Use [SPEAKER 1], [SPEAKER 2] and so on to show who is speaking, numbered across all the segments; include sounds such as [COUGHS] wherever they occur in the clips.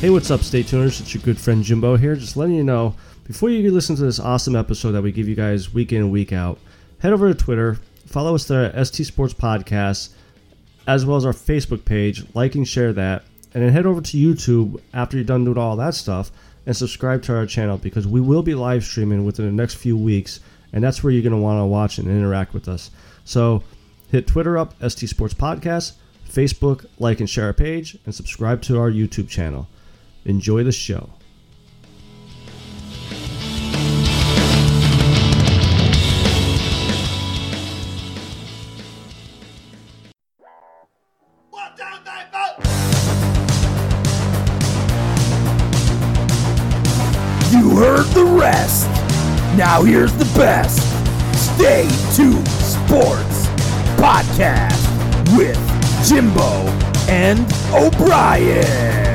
[SPEAKER 1] Hey, what's up, Stay Tuners? It's your good friend Jimbo here, just letting you know before you listen to this awesome episode that we give you guys week in and week out, head over to Twitter, follow us there at ST Sports Podcast, as well as our Facebook page, like and share that, and then head over to YouTube after you're done doing all that stuff and subscribe to our channel because we will be live streaming within the next few weeks, and that's where you're going to want to watch and interact with us. So hit Twitter up, ST Sports Podcast, Facebook, like and share our page, and subscribe to our YouTube channel. Enjoy the show.
[SPEAKER 2] One, two, three, four.
[SPEAKER 3] You heard the rest. Now here's the best. Stay tuned sports podcast with Jimbo and O'Brien.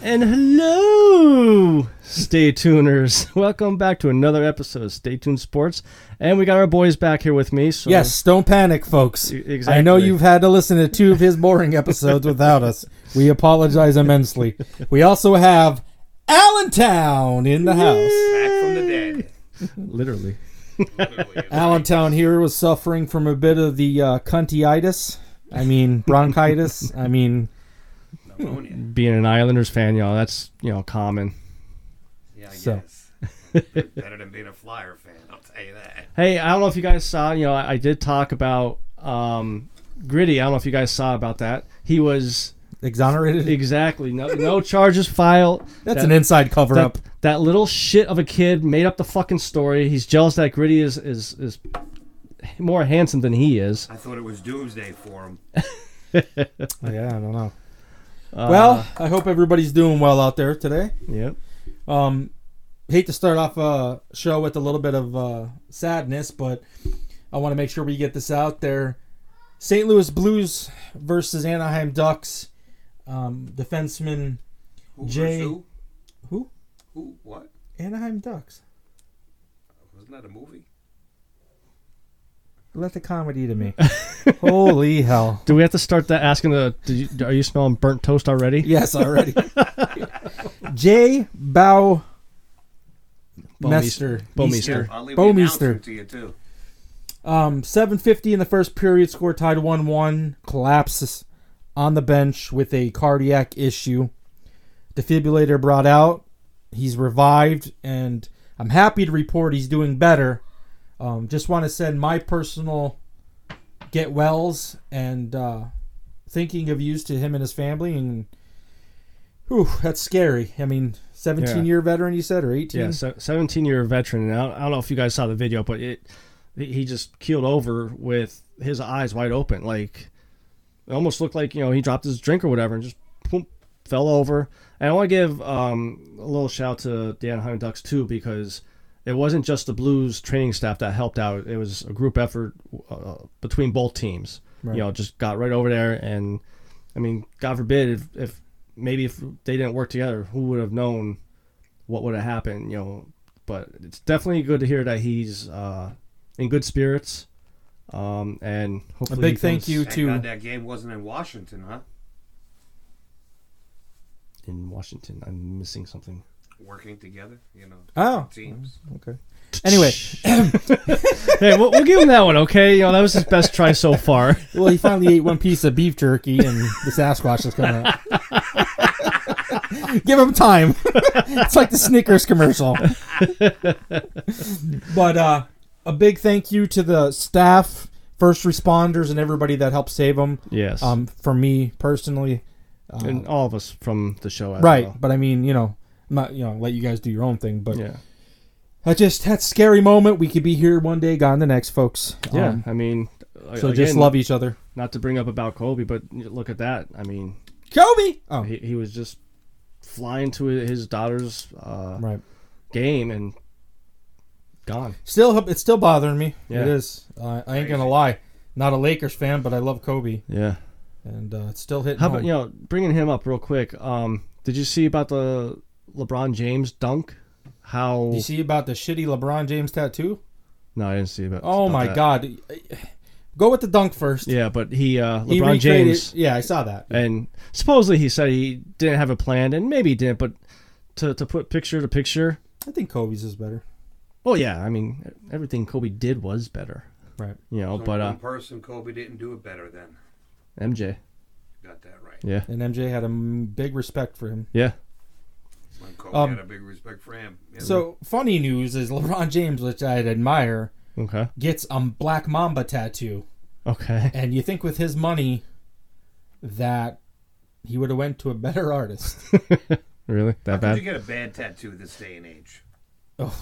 [SPEAKER 1] And hello, Stay Tuners. [LAUGHS] Welcome back to another episode of Stay Tuned Sports. And we got our boys back here with me. So
[SPEAKER 4] Yes, don't panic, folks.
[SPEAKER 1] E- exactly.
[SPEAKER 4] I know you've had to listen to two of his boring episodes without us. We apologize immensely. We also have Allentown in the house.
[SPEAKER 2] Back from the dead.
[SPEAKER 4] [LAUGHS]
[SPEAKER 1] literally.
[SPEAKER 4] Allentown here was suffering from a bit of the uh, cuntiitis. I mean, bronchitis. I mean, [LAUGHS]
[SPEAKER 2] Pneumonia.
[SPEAKER 1] Being an Islanders fan, y'all, that's, you know, common.
[SPEAKER 2] Yeah, I
[SPEAKER 4] So.
[SPEAKER 2] guess. Better than being a Flyer fan, I'll tell you that.
[SPEAKER 1] Hey, I don't know if you guys saw, you know, I, I did talk about um, Gritty. I don't know if you guys saw about that. He was
[SPEAKER 4] exonerated.
[SPEAKER 1] exactly no, no charges filed.
[SPEAKER 4] That's
[SPEAKER 1] That-
[SPEAKER 4] an inside cover
[SPEAKER 1] that,
[SPEAKER 4] up.
[SPEAKER 1] That little shit of a kid made up the fucking story. He's jealous that Gritty is is is more handsome than he is.
[SPEAKER 2] I thought it was doomsday for him.
[SPEAKER 4] Yeah, I don't know. Uh, well, I hope everybody's doing well out there today.
[SPEAKER 1] Yep.
[SPEAKER 4] Um, hate to start off a show with a little bit of uh, sadness, but I want to make sure we get this out there. St. Louis Blues versus Anaheim Ducks. Um, defenseman
[SPEAKER 2] Who versus
[SPEAKER 4] Jay-
[SPEAKER 2] Who?
[SPEAKER 4] who?
[SPEAKER 2] Who? What?
[SPEAKER 4] Anaheim Ducks.
[SPEAKER 2] Wasn't that a movie?
[SPEAKER 4] Let the comedy to me. Holy hell!
[SPEAKER 1] Do we have to start that asking the? Did you, are you smelling burnt toast already?
[SPEAKER 4] Yes, already. Jay Bow. Mester.
[SPEAKER 1] Bomeister.
[SPEAKER 2] I'll leave
[SPEAKER 4] Bo
[SPEAKER 2] the announcement
[SPEAKER 4] Meester.
[SPEAKER 2] to you too.
[SPEAKER 4] Um, 750 in the first period, score tied 1 1, collapses on the bench with a cardiac issue. Defibrillator brought out. He's revived, and I'm happy to report he's doing better. Um, just want to send my personal get wells and uh, thinking of yous to him and his family. And whew, that's scary. I mean, 17
[SPEAKER 1] Yeah.
[SPEAKER 4] year veteran, you said, or 18?
[SPEAKER 1] Yeah, se- seventeen-year veteran. And I don't, I don't know if you guys saw the video, but it he just keeled over with his eyes wide open, like it almost looked like you know he dropped his drink or whatever and just boom, fell over. And I want to give um, a little shout to the Anaheim Ducks too because it wasn't just the Blues training staff that helped out; it was a group effort uh, between both teams. You know, just got right over there, and I mean, God forbid if, if maybe if they didn't work together, who would have known what would have happened? You know, but it's definitely good to hear that he's uh, in good spirits. Um, and hopefully
[SPEAKER 4] big
[SPEAKER 1] he
[SPEAKER 4] thank
[SPEAKER 1] comes
[SPEAKER 4] you
[SPEAKER 2] Thank
[SPEAKER 4] Two.
[SPEAKER 2] God that game wasn't in Washington, huh?
[SPEAKER 1] in Washington. I'm missing something. [LAUGHS]
[SPEAKER 2] Working together, you know,
[SPEAKER 4] Oh,
[SPEAKER 2] teams.
[SPEAKER 4] okay. Anyway,
[SPEAKER 1] Hey, we'll, we'll give him that one, okay? You know, that was his best try so far. [LAUGHS]
[SPEAKER 4] Well, he finally ate one piece of beef jerky, and the Sasquatch is coming out. [LAUGHS] Give him time. [LAUGHS] it's like the Snickers commercial. but uh, a big thank you to the staff, first responders, and everybody that helped save him.
[SPEAKER 1] Yes.
[SPEAKER 4] Um, for me personally, Um,
[SPEAKER 1] and uh, all of us from the show. As
[SPEAKER 4] right.
[SPEAKER 1] well.
[SPEAKER 4] But I mean, you know, I'm not you know, let you guys do your own thing. But
[SPEAKER 1] Yeah.
[SPEAKER 4] I just had scary moment. We could be here one day, gone the next, folks.
[SPEAKER 1] Yeah.
[SPEAKER 4] Um,
[SPEAKER 1] I mean,
[SPEAKER 4] so just love each other.
[SPEAKER 1] Not to bring up about Kobe, but look at that. I mean,
[SPEAKER 4] Kobe. Oh,
[SPEAKER 1] he, he was just flying to his daughter's uh,
[SPEAKER 4] right.
[SPEAKER 1] game and gone.
[SPEAKER 4] Still, it's still bothering me.
[SPEAKER 1] Yeah.
[SPEAKER 4] It is. I I ain't gonna lie. Not a Lakers fan, but I love Kobe,
[SPEAKER 1] Yeah.
[SPEAKER 4] and uh, it's still hitting.
[SPEAKER 1] How
[SPEAKER 4] home.
[SPEAKER 1] about, you know, bringing him up real quick, um, did you see about the LeBron James dunk? How.
[SPEAKER 4] You see about the shitty LeBron James tattoo?
[SPEAKER 1] no, I didn't see about
[SPEAKER 4] Oh
[SPEAKER 1] about
[SPEAKER 4] my
[SPEAKER 1] that.
[SPEAKER 4] god! Go with the dunk first.
[SPEAKER 1] Yeah, but he uh,
[SPEAKER 4] He
[SPEAKER 1] LeBron
[SPEAKER 4] recreated-
[SPEAKER 1] James
[SPEAKER 4] Yeah, I saw that.
[SPEAKER 1] and supposedly he said he didn't have it planned and maybe he didn't, but to to put picture to picture.
[SPEAKER 4] I think Kobe's is better.
[SPEAKER 1] Well, yeah, I mean everything Kobe did was better,
[SPEAKER 4] Right.
[SPEAKER 1] you know.
[SPEAKER 2] Only
[SPEAKER 1] But uh,
[SPEAKER 2] one person, Kobe didn't do it better than.
[SPEAKER 1] MJ,
[SPEAKER 2] Got that right.
[SPEAKER 1] yeah,
[SPEAKER 4] And MJ had a m- big respect for him.
[SPEAKER 1] yeah,
[SPEAKER 2] When Kobe
[SPEAKER 4] Um,
[SPEAKER 2] had a big respect for him. Yeah.
[SPEAKER 4] So funny news is [LAUGHS] LeBron James, which I admire,
[SPEAKER 1] okay,
[SPEAKER 4] gets a black mamba tattoo. [LAUGHS]
[SPEAKER 1] okay.
[SPEAKER 4] And you think with his money that he would have went to a better [LAUGHS] artist.
[SPEAKER 1] Really that
[SPEAKER 2] How could
[SPEAKER 1] bad?
[SPEAKER 2] you get a bad tattoo this day and age?
[SPEAKER 4] Oh.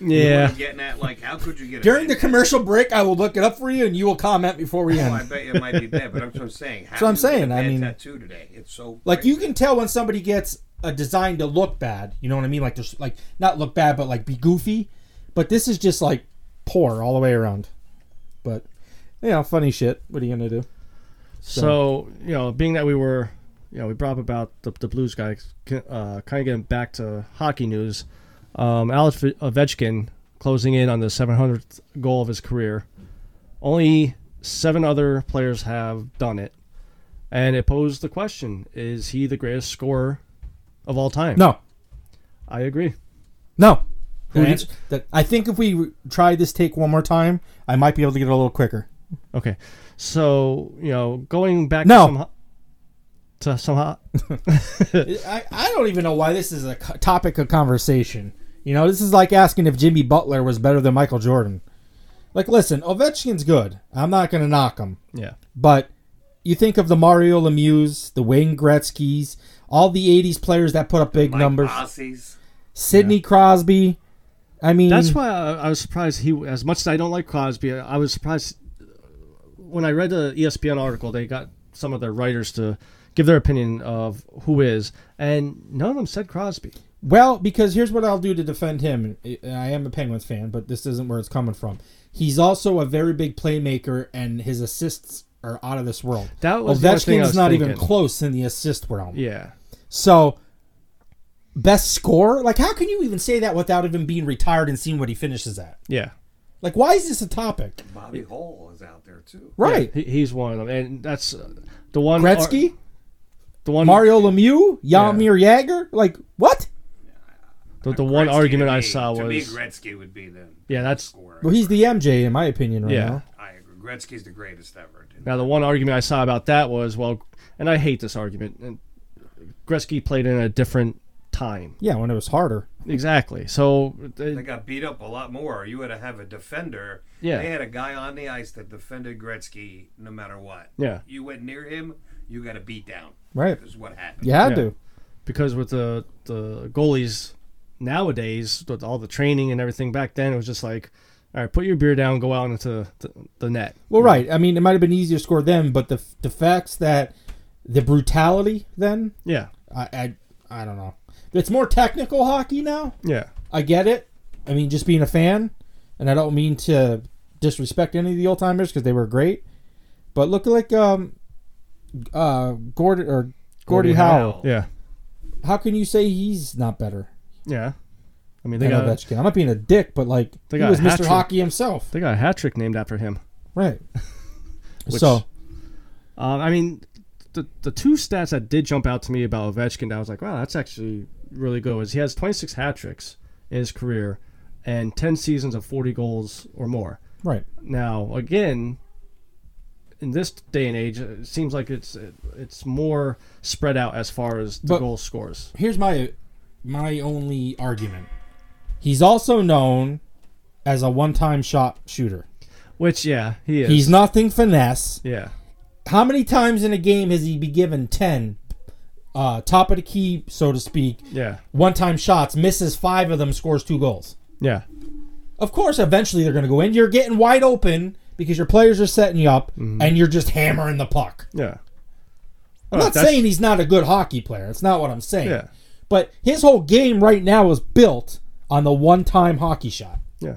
[SPEAKER 1] yeah,
[SPEAKER 2] I'm getting at like how could you get a
[SPEAKER 4] During the
[SPEAKER 2] bad
[SPEAKER 4] commercial break, I will look it up for you, and you will comment before we
[SPEAKER 2] Well, Oh, I
[SPEAKER 4] end.
[SPEAKER 2] bet it might be bad, but I'm just saying. How
[SPEAKER 4] So I'm
[SPEAKER 2] do you get
[SPEAKER 4] saying,
[SPEAKER 2] a
[SPEAKER 4] I
[SPEAKER 2] bad
[SPEAKER 4] mean-
[SPEAKER 2] tattoo today. It's so
[SPEAKER 4] Like you
[SPEAKER 2] crazy.
[SPEAKER 4] can tell when somebody gets a design to look bad. You know what I mean? Like there's like not look bad, but like be goofy. But this is just like poor all the way around. But you know, funny shit. What are you gonna do?
[SPEAKER 1] So you know, being that we were, you know, we brought up about the, the Blues guy, uh, kind of getting back to hockey news. Um, Alex Ovechkin closing in on the 700th goal of his career. Only seven other players have done it, and it posed the question: Is he the greatest scorer of all time?
[SPEAKER 4] No,
[SPEAKER 1] I agree.
[SPEAKER 4] no.
[SPEAKER 1] Who
[SPEAKER 4] The
[SPEAKER 1] did-
[SPEAKER 4] answer- that- I think if we re- try this take one more time, I might be able to get it a little quicker.
[SPEAKER 1] Okay, so you know, going back
[SPEAKER 4] No.
[SPEAKER 1] to some, ho- to some
[SPEAKER 4] [LAUGHS]
[SPEAKER 1] ho-
[SPEAKER 4] I, I don't even know why this is a co- topic of conversation. You know, this is like asking if Jimmy Butler was better than Michael Jordan. Like, listen, Ovechkin's good. I'm not going to knock him.
[SPEAKER 1] yeah.
[SPEAKER 4] But you think of the Mario Lemieux, the Wayne Gretzky's, all the 80s players that put up big
[SPEAKER 2] Mike
[SPEAKER 4] numbers,
[SPEAKER 2] Posse's.
[SPEAKER 4] Sidney Crosby. I mean,
[SPEAKER 1] That's why I, I was surprised he, as much as I don't like Crosby, I was surprised uh, when I read the E ESPN article. They got some of their writers to give their opinion of who is, and none of them said Crosby.
[SPEAKER 4] Well, because here's what I'll do to defend him. I I am a Penguins fan, but this isn't where it's coming from. He's also a very big playmaker, and his assists are out of this world.
[SPEAKER 1] That was the other thing I
[SPEAKER 4] Ovechkin's
[SPEAKER 1] was
[SPEAKER 4] not even
[SPEAKER 1] thinking.
[SPEAKER 4] close in the assist realm.
[SPEAKER 1] Yeah,
[SPEAKER 4] So, best score? Like, how can you even say that without even being retired and seeing what he finishes at?
[SPEAKER 1] yeah,
[SPEAKER 4] Like, why is this a topic?
[SPEAKER 2] Bobby Hole is out there too.
[SPEAKER 4] Right.
[SPEAKER 1] He, he's one of them, and that's uh, the one.
[SPEAKER 4] Gretzky,
[SPEAKER 1] the one,
[SPEAKER 4] Mario Lemieux, Yamir Yager. Like, what?
[SPEAKER 1] the, the one
[SPEAKER 2] Gretzky
[SPEAKER 1] argument
[SPEAKER 2] to
[SPEAKER 1] I
[SPEAKER 2] me-
[SPEAKER 1] saw
[SPEAKER 2] to me,
[SPEAKER 1] was,
[SPEAKER 2] Gretzky would be the
[SPEAKER 1] yeah, that's
[SPEAKER 2] scorer.
[SPEAKER 4] Well, he's the MJ in my opinion right
[SPEAKER 1] Yeah.
[SPEAKER 4] now.
[SPEAKER 2] I agree. Gretzky's the greatest ever.
[SPEAKER 1] Now, the one argument I saw about that was, well, and I hate this argument. And Gretzky played in a different time.
[SPEAKER 4] Yeah, when it was harder.
[SPEAKER 1] Exactly. So,
[SPEAKER 2] They
[SPEAKER 1] uh,
[SPEAKER 2] got beat up a lot more. You had to have a defender.
[SPEAKER 1] Yeah.
[SPEAKER 2] They had a guy on the ice that defended Gretzky no matter what.
[SPEAKER 1] yeah,
[SPEAKER 2] You went near him, you got a beat down.
[SPEAKER 4] Right.
[SPEAKER 2] Is what happened.
[SPEAKER 4] You had
[SPEAKER 1] Yeah.
[SPEAKER 4] to.
[SPEAKER 1] because with the the goalies nowadays, with all the training and everything back then, it was just like, all right, put your beer down, go out into the, the net.
[SPEAKER 4] Well, right. I mean, it might have been easier to score then, but the the facts that the brutality then,
[SPEAKER 1] Yeah,
[SPEAKER 4] I I, I don't know. It's more technical hockey now.
[SPEAKER 1] yeah,
[SPEAKER 4] I get it. I mean, just being a fan, and I don't mean to disrespect any of the old timers because they were great. But look like um, uh, Gordon or Gordie, Howe.
[SPEAKER 1] yeah,
[SPEAKER 4] How can you say he's not better
[SPEAKER 1] yeah. I mean, they
[SPEAKER 4] than
[SPEAKER 1] got
[SPEAKER 4] Ovechkin? I'm not being a dick, but like
[SPEAKER 1] They
[SPEAKER 4] he
[SPEAKER 1] got
[SPEAKER 4] was
[SPEAKER 1] a
[SPEAKER 4] Mr.
[SPEAKER 1] hat-trick.
[SPEAKER 4] Hockey himself,
[SPEAKER 1] they got a hat trick named after him. [LAUGHS]
[SPEAKER 4] right?
[SPEAKER 1] Which-
[SPEAKER 4] so
[SPEAKER 1] Um, I mean, the the two stats that did jump out to me about Ovechkin, that I was like, wow, that's actually really good. Was he has 26 hat tricks in his career, and 10 seasons of 40 goals or more.
[SPEAKER 4] right,
[SPEAKER 1] Now, again, in this day and age, it seems like it's it's more spread out as far as the
[SPEAKER 4] But-
[SPEAKER 1] goal scores.
[SPEAKER 4] here's my my only argument. He's also known as a one-time shot shooter.
[SPEAKER 1] Which, yeah, he is.
[SPEAKER 4] He's nothing finesse.
[SPEAKER 1] yeah,
[SPEAKER 4] How many times in a game has he been given 10 uh, top of the key, so to speak,
[SPEAKER 1] yeah,
[SPEAKER 4] one-time shots, misses 5 of them, scores 2 goals?
[SPEAKER 1] yeah,
[SPEAKER 4] Of course, eventually they're going to go in. You're getting wide open because your players are setting you up and you're just hammering the puck.
[SPEAKER 1] yeah.
[SPEAKER 4] I'm not saying he's not a good hockey player. That's not what I'm saying.
[SPEAKER 1] Yeah.
[SPEAKER 4] But his whole game right now is built on the one-time hockey shot.
[SPEAKER 1] Yeah,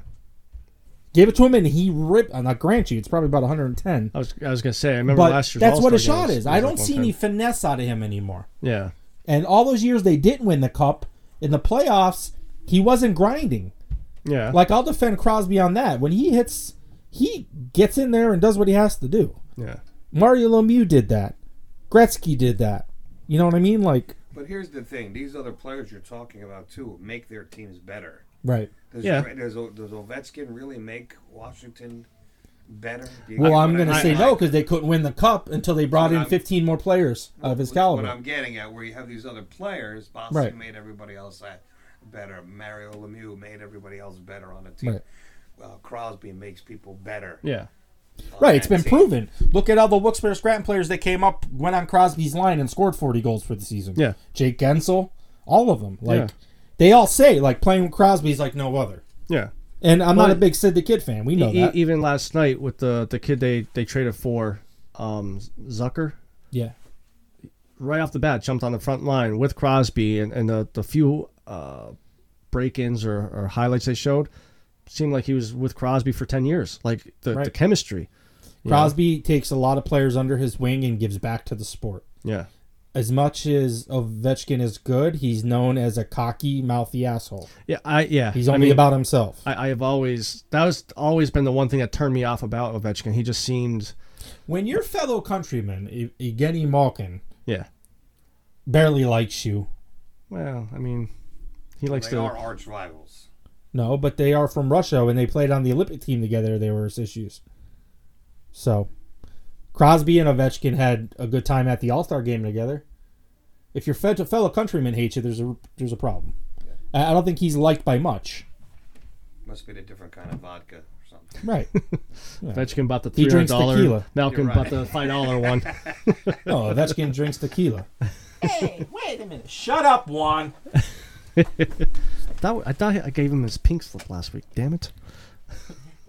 [SPEAKER 4] Give it to him and he ripped. And I grant you, it's probably about 110.
[SPEAKER 1] I was I was gonna say. I remember
[SPEAKER 4] But
[SPEAKER 1] last year.
[SPEAKER 4] that's what a shot is. I don't see any finesse out of him anymore.
[SPEAKER 1] Yeah,
[SPEAKER 4] And all those years they didn't win the cup in the playoffs, he wasn't grinding.
[SPEAKER 1] yeah,
[SPEAKER 4] Like I'll defend Crosby on that. When he hits he gets in there and does what he has to do.
[SPEAKER 1] Yeah.
[SPEAKER 4] Mario Lemieux did that. Gretzky did that. You know what I mean? Like,
[SPEAKER 2] But here's the thing: these other players you're talking about too make their teams better.
[SPEAKER 4] right.
[SPEAKER 2] Does,
[SPEAKER 1] Yeah.
[SPEAKER 2] does, does Ovechkin really make Washington better? Do you
[SPEAKER 4] Well,
[SPEAKER 2] get
[SPEAKER 4] I'm
[SPEAKER 2] what
[SPEAKER 4] going to
[SPEAKER 2] mean?
[SPEAKER 4] say no
[SPEAKER 2] Like,
[SPEAKER 4] because they couldn't win the cup until they brought in
[SPEAKER 2] I'm-
[SPEAKER 4] 15 more players of his
[SPEAKER 2] what-
[SPEAKER 4] caliber.
[SPEAKER 2] What I'm getting at, where you have these other players, Boston
[SPEAKER 4] Right.
[SPEAKER 2] made everybody else at- better. Mario Lemieux made everybody else better on the team.
[SPEAKER 4] Right.
[SPEAKER 2] Well, Crosby makes people better.
[SPEAKER 1] Yeah.
[SPEAKER 2] on
[SPEAKER 4] Right, it's
[SPEAKER 2] that
[SPEAKER 4] been
[SPEAKER 2] team.
[SPEAKER 4] proven. Look at all the Wilkes-Barre Scranton players that came up, went on Crosby's line, and scored 40 goals for the season.
[SPEAKER 1] Yeah.
[SPEAKER 4] Jake Gensel, all of them. Like,
[SPEAKER 1] Yeah.
[SPEAKER 4] they all say, like, playing with Crosby's like no other.
[SPEAKER 1] Yeah.
[SPEAKER 4] And I'm not
[SPEAKER 1] Well,
[SPEAKER 4] a big Sid the Kid fan. We know
[SPEAKER 1] E-
[SPEAKER 4] that.
[SPEAKER 1] even last night with the the kid they they traded for, um, Zucker.
[SPEAKER 4] yeah.
[SPEAKER 1] right off the bat jumped on the front line with Crosby and, and the, the few uh, break ins or, or highlights they showed seemed like he was with Crosby for 10 years. Like the, the
[SPEAKER 4] Right.
[SPEAKER 1] chemistry. you know?
[SPEAKER 4] Crosby takes a lot of players under his wing and gives back to the sport.
[SPEAKER 1] Yeah.
[SPEAKER 4] As much as Ovechkin is good, he's known as a cocky, mouthy asshole.
[SPEAKER 1] Yeah. I, yeah.
[SPEAKER 4] He's
[SPEAKER 1] I
[SPEAKER 4] only
[SPEAKER 1] mean,
[SPEAKER 4] about himself.
[SPEAKER 1] I, I have always, that was always been the one thing that turned me off about Ovechkin. He just seemed,
[SPEAKER 4] when your fellow countryman, E- Evgeny Malkin,
[SPEAKER 1] yeah.
[SPEAKER 4] barely likes you,
[SPEAKER 1] Well, I mean, he likes
[SPEAKER 2] They are
[SPEAKER 1] to,
[SPEAKER 2] arch rivals.
[SPEAKER 4] No, but they are from Russia. When they played on the Olympic team together, there were issues. So, Crosby and Ovechkin had a good time at the All Star game together. If your fed- fellow countrymen hate you, there's a there's a problem. I I don't think he's liked by much.
[SPEAKER 2] Must be a different kind of vodka or something.
[SPEAKER 4] Right.
[SPEAKER 1] Ovechkin bought the
[SPEAKER 4] He
[SPEAKER 1] $300,
[SPEAKER 4] drinks tequila.
[SPEAKER 1] Malcolm
[SPEAKER 2] You're
[SPEAKER 1] bought the
[SPEAKER 2] right.
[SPEAKER 1] $5
[SPEAKER 2] [LAUGHS]
[SPEAKER 1] one.
[SPEAKER 4] No, Ovechkin drinks tequila. Hey, wait a minute. Shut up, Juan.
[SPEAKER 1] That, I thought I gave him his pink slip last week. Damn it.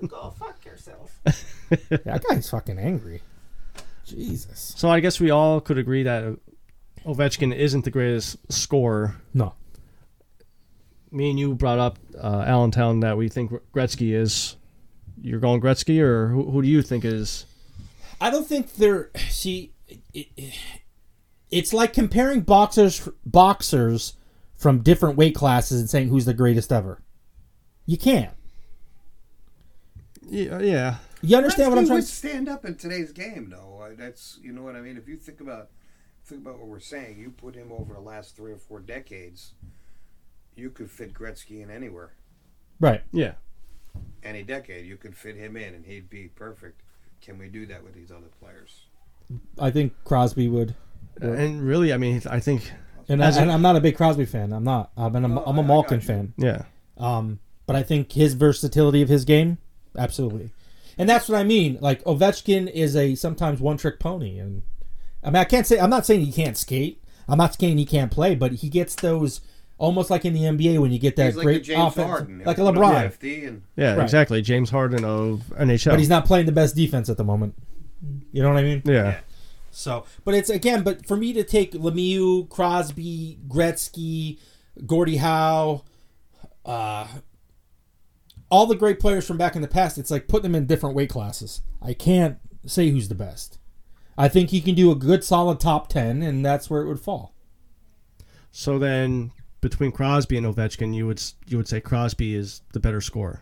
[SPEAKER 4] Go fuck yourself. that guy's fucking angry. Jesus.
[SPEAKER 1] So I guess we all could agree that Ovechkin isn't the greatest scorer.
[SPEAKER 4] No.
[SPEAKER 1] Me and you brought up uh, Allentown that we think Gretzky is. You're going Gretzky, or who, who do you think is?
[SPEAKER 4] I don't think they're see. It, it- it's like comparing boxers boxers from different weight classes and saying who's the greatest ever. You can't.
[SPEAKER 1] Yeah, uh, yeah,
[SPEAKER 4] You understand what I'm
[SPEAKER 2] Gretzky
[SPEAKER 4] trying?
[SPEAKER 2] would stand up in today's game, though. I- That's you know what I mean. If you think about think about what we're saying, you put him over the last three or four decades, you could fit Gretzky in anywhere,
[SPEAKER 4] Right.
[SPEAKER 1] yeah.
[SPEAKER 2] any decade. You could fit him in, and he'd be perfect. Can we do that with these other players?
[SPEAKER 4] I think Crosby would,
[SPEAKER 1] Uh, And really, I mean, I think,
[SPEAKER 4] and, I,
[SPEAKER 1] As a-
[SPEAKER 4] and I'm not a big Crosby fan. I'm not. I'm an, I'm a
[SPEAKER 2] Oh, I- I
[SPEAKER 4] Malkin
[SPEAKER 2] got you.
[SPEAKER 4] fan.
[SPEAKER 1] yeah,
[SPEAKER 4] Um, but I think his versatility of his game, absolutely. And that's what I mean. Like Ovechkin is a sometimes one trick pony, and I mean I can't say I'm not saying he can't skate. I'm not saying he can't play, but he gets those almost like in the NBA when you get that
[SPEAKER 2] He's like
[SPEAKER 4] great
[SPEAKER 2] a James
[SPEAKER 4] offense,
[SPEAKER 2] Harden,
[SPEAKER 4] like a
[SPEAKER 2] He'll put up
[SPEAKER 4] LeBron.
[SPEAKER 2] 50 and
[SPEAKER 1] yeah,
[SPEAKER 4] Right.
[SPEAKER 1] exactly. James Harden of NHL.
[SPEAKER 4] But he's not playing the best defense at the moment. You know what I mean?
[SPEAKER 1] Yeah.
[SPEAKER 2] Yeah.
[SPEAKER 4] So, but it's again, but for me to take Lemieux, Crosby, Gretzky, Gordie Howe, uh, all the great players from back in the past, it's like putting them in different weight classes. I can't say who's the best. I think he can do a good, solid top ten, and that's where it would fall.
[SPEAKER 1] So then, between Crosby and Ovechkin, you would s- you would say Crosby is the better scorer.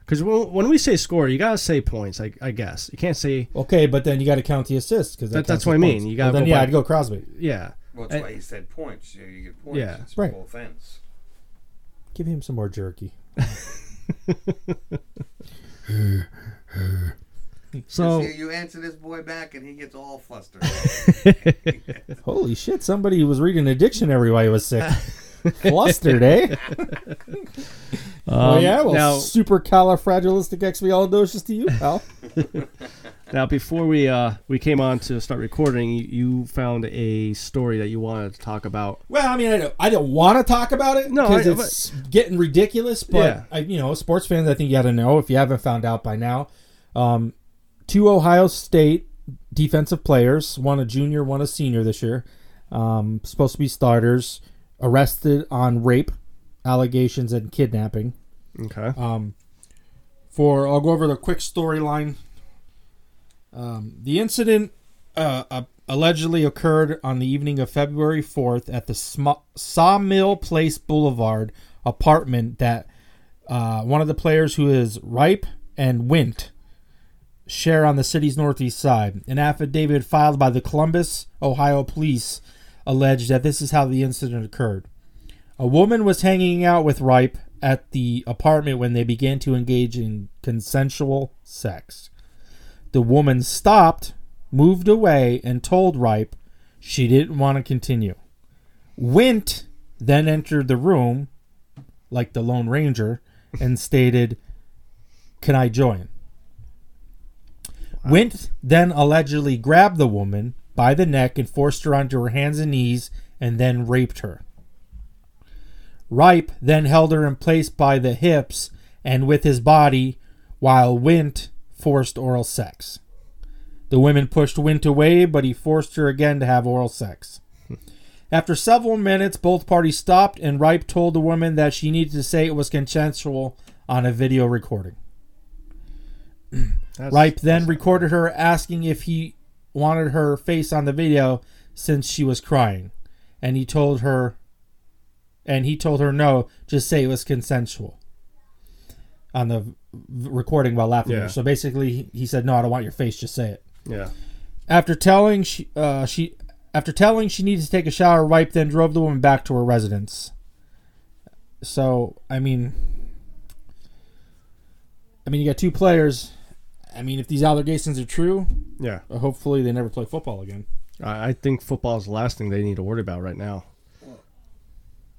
[SPEAKER 1] Because when we say score, you gotta say points. I, I guess you can't say
[SPEAKER 4] Okay, but then you got to count the assists because
[SPEAKER 1] That- that's what I mean. You gotta
[SPEAKER 4] then
[SPEAKER 1] go
[SPEAKER 4] yeah,
[SPEAKER 1] by-
[SPEAKER 4] I'd go Crosby.
[SPEAKER 1] yeah.
[SPEAKER 2] well,
[SPEAKER 1] And-
[SPEAKER 2] that's why he said points. You, know, you get points.
[SPEAKER 1] Yeah.
[SPEAKER 2] it's
[SPEAKER 4] Right.
[SPEAKER 2] both ends.
[SPEAKER 4] Give him some more jerky.
[SPEAKER 1] [LAUGHS]
[SPEAKER 4] [LAUGHS]
[SPEAKER 1] So
[SPEAKER 2] You, you answer this boy back, and he gets all flustered.
[SPEAKER 4] Holy shit! Somebody was reading a dictionary while he was [LAUGHS] sick. Flustered, [LAUGHS] eh? oh yeah, well,
[SPEAKER 1] now-
[SPEAKER 4] supercalifragilisticexpialidocious to you, pal.
[SPEAKER 1] Now, before we uh, we came on to start recording, you- you found a story that you wanted to talk about.
[SPEAKER 4] well, I mean, I don't, I don't want to talk about it
[SPEAKER 1] No,
[SPEAKER 4] because
[SPEAKER 1] I-
[SPEAKER 4] it's getting ridiculous. But
[SPEAKER 1] Yeah.
[SPEAKER 4] I, you know, sports fans, I think you got to know if you haven't found out by now. Um, two Ohio State defensive players, one a junior, one a senior this year, um, supposed to be starters, arrested on rape allegations and kidnapping.
[SPEAKER 1] Okay.
[SPEAKER 2] Uh,
[SPEAKER 4] Um, for I'll go over the quick storyline. Um, the incident uh, uh, allegedly occurred on the evening of February 4th at the Sm- Sawmill Place Boulevard apartment that uh, one of the players who is Ripe and Wint share on the city's northeast side. An affidavit filed by the Columbus, Ohio police alleged that this is how the incident occurred. A woman was hanging out with Ripe at the apartment when they began to engage in consensual sex. The woman stopped, moved away, and told Ripe she didn't want to continue. Wint then entered the room, like the Lone Ranger, and stated, Can I join? Wint then allegedly grabbed the woman by the neck and forced her onto her hands and knees and then raped her. Ripe then held her in place by the hips and with his body while Wint forced oral sex. The women pushed Wint away, but he forced her again to have oral sex.
[SPEAKER 1] [LAUGHS]
[SPEAKER 4] After several minutes, both parties stopped, and Ripe told the woman that she needed to say it was consensual on a video recording.
[SPEAKER 1] That's,
[SPEAKER 4] [CLEARS THROAT] Ripe then recorded her asking if he wanted her face on the video since she was crying. And he told her and he told her no, just say it was consensual on the v- recording while laughing. at her.
[SPEAKER 1] Yeah.
[SPEAKER 4] So basically he- he said no, I don't want your face, just say it.
[SPEAKER 1] Yeah.
[SPEAKER 4] After telling she, uh, she after telling she needed to take a shower, Ripe then drove the woman back to her residence. So I mean, I mean you got two players. I mean, if these allegations are true,
[SPEAKER 1] Yeah.
[SPEAKER 4] uh, hopefully they never play football again.
[SPEAKER 1] I, I think football is the last thing they need to worry about right now.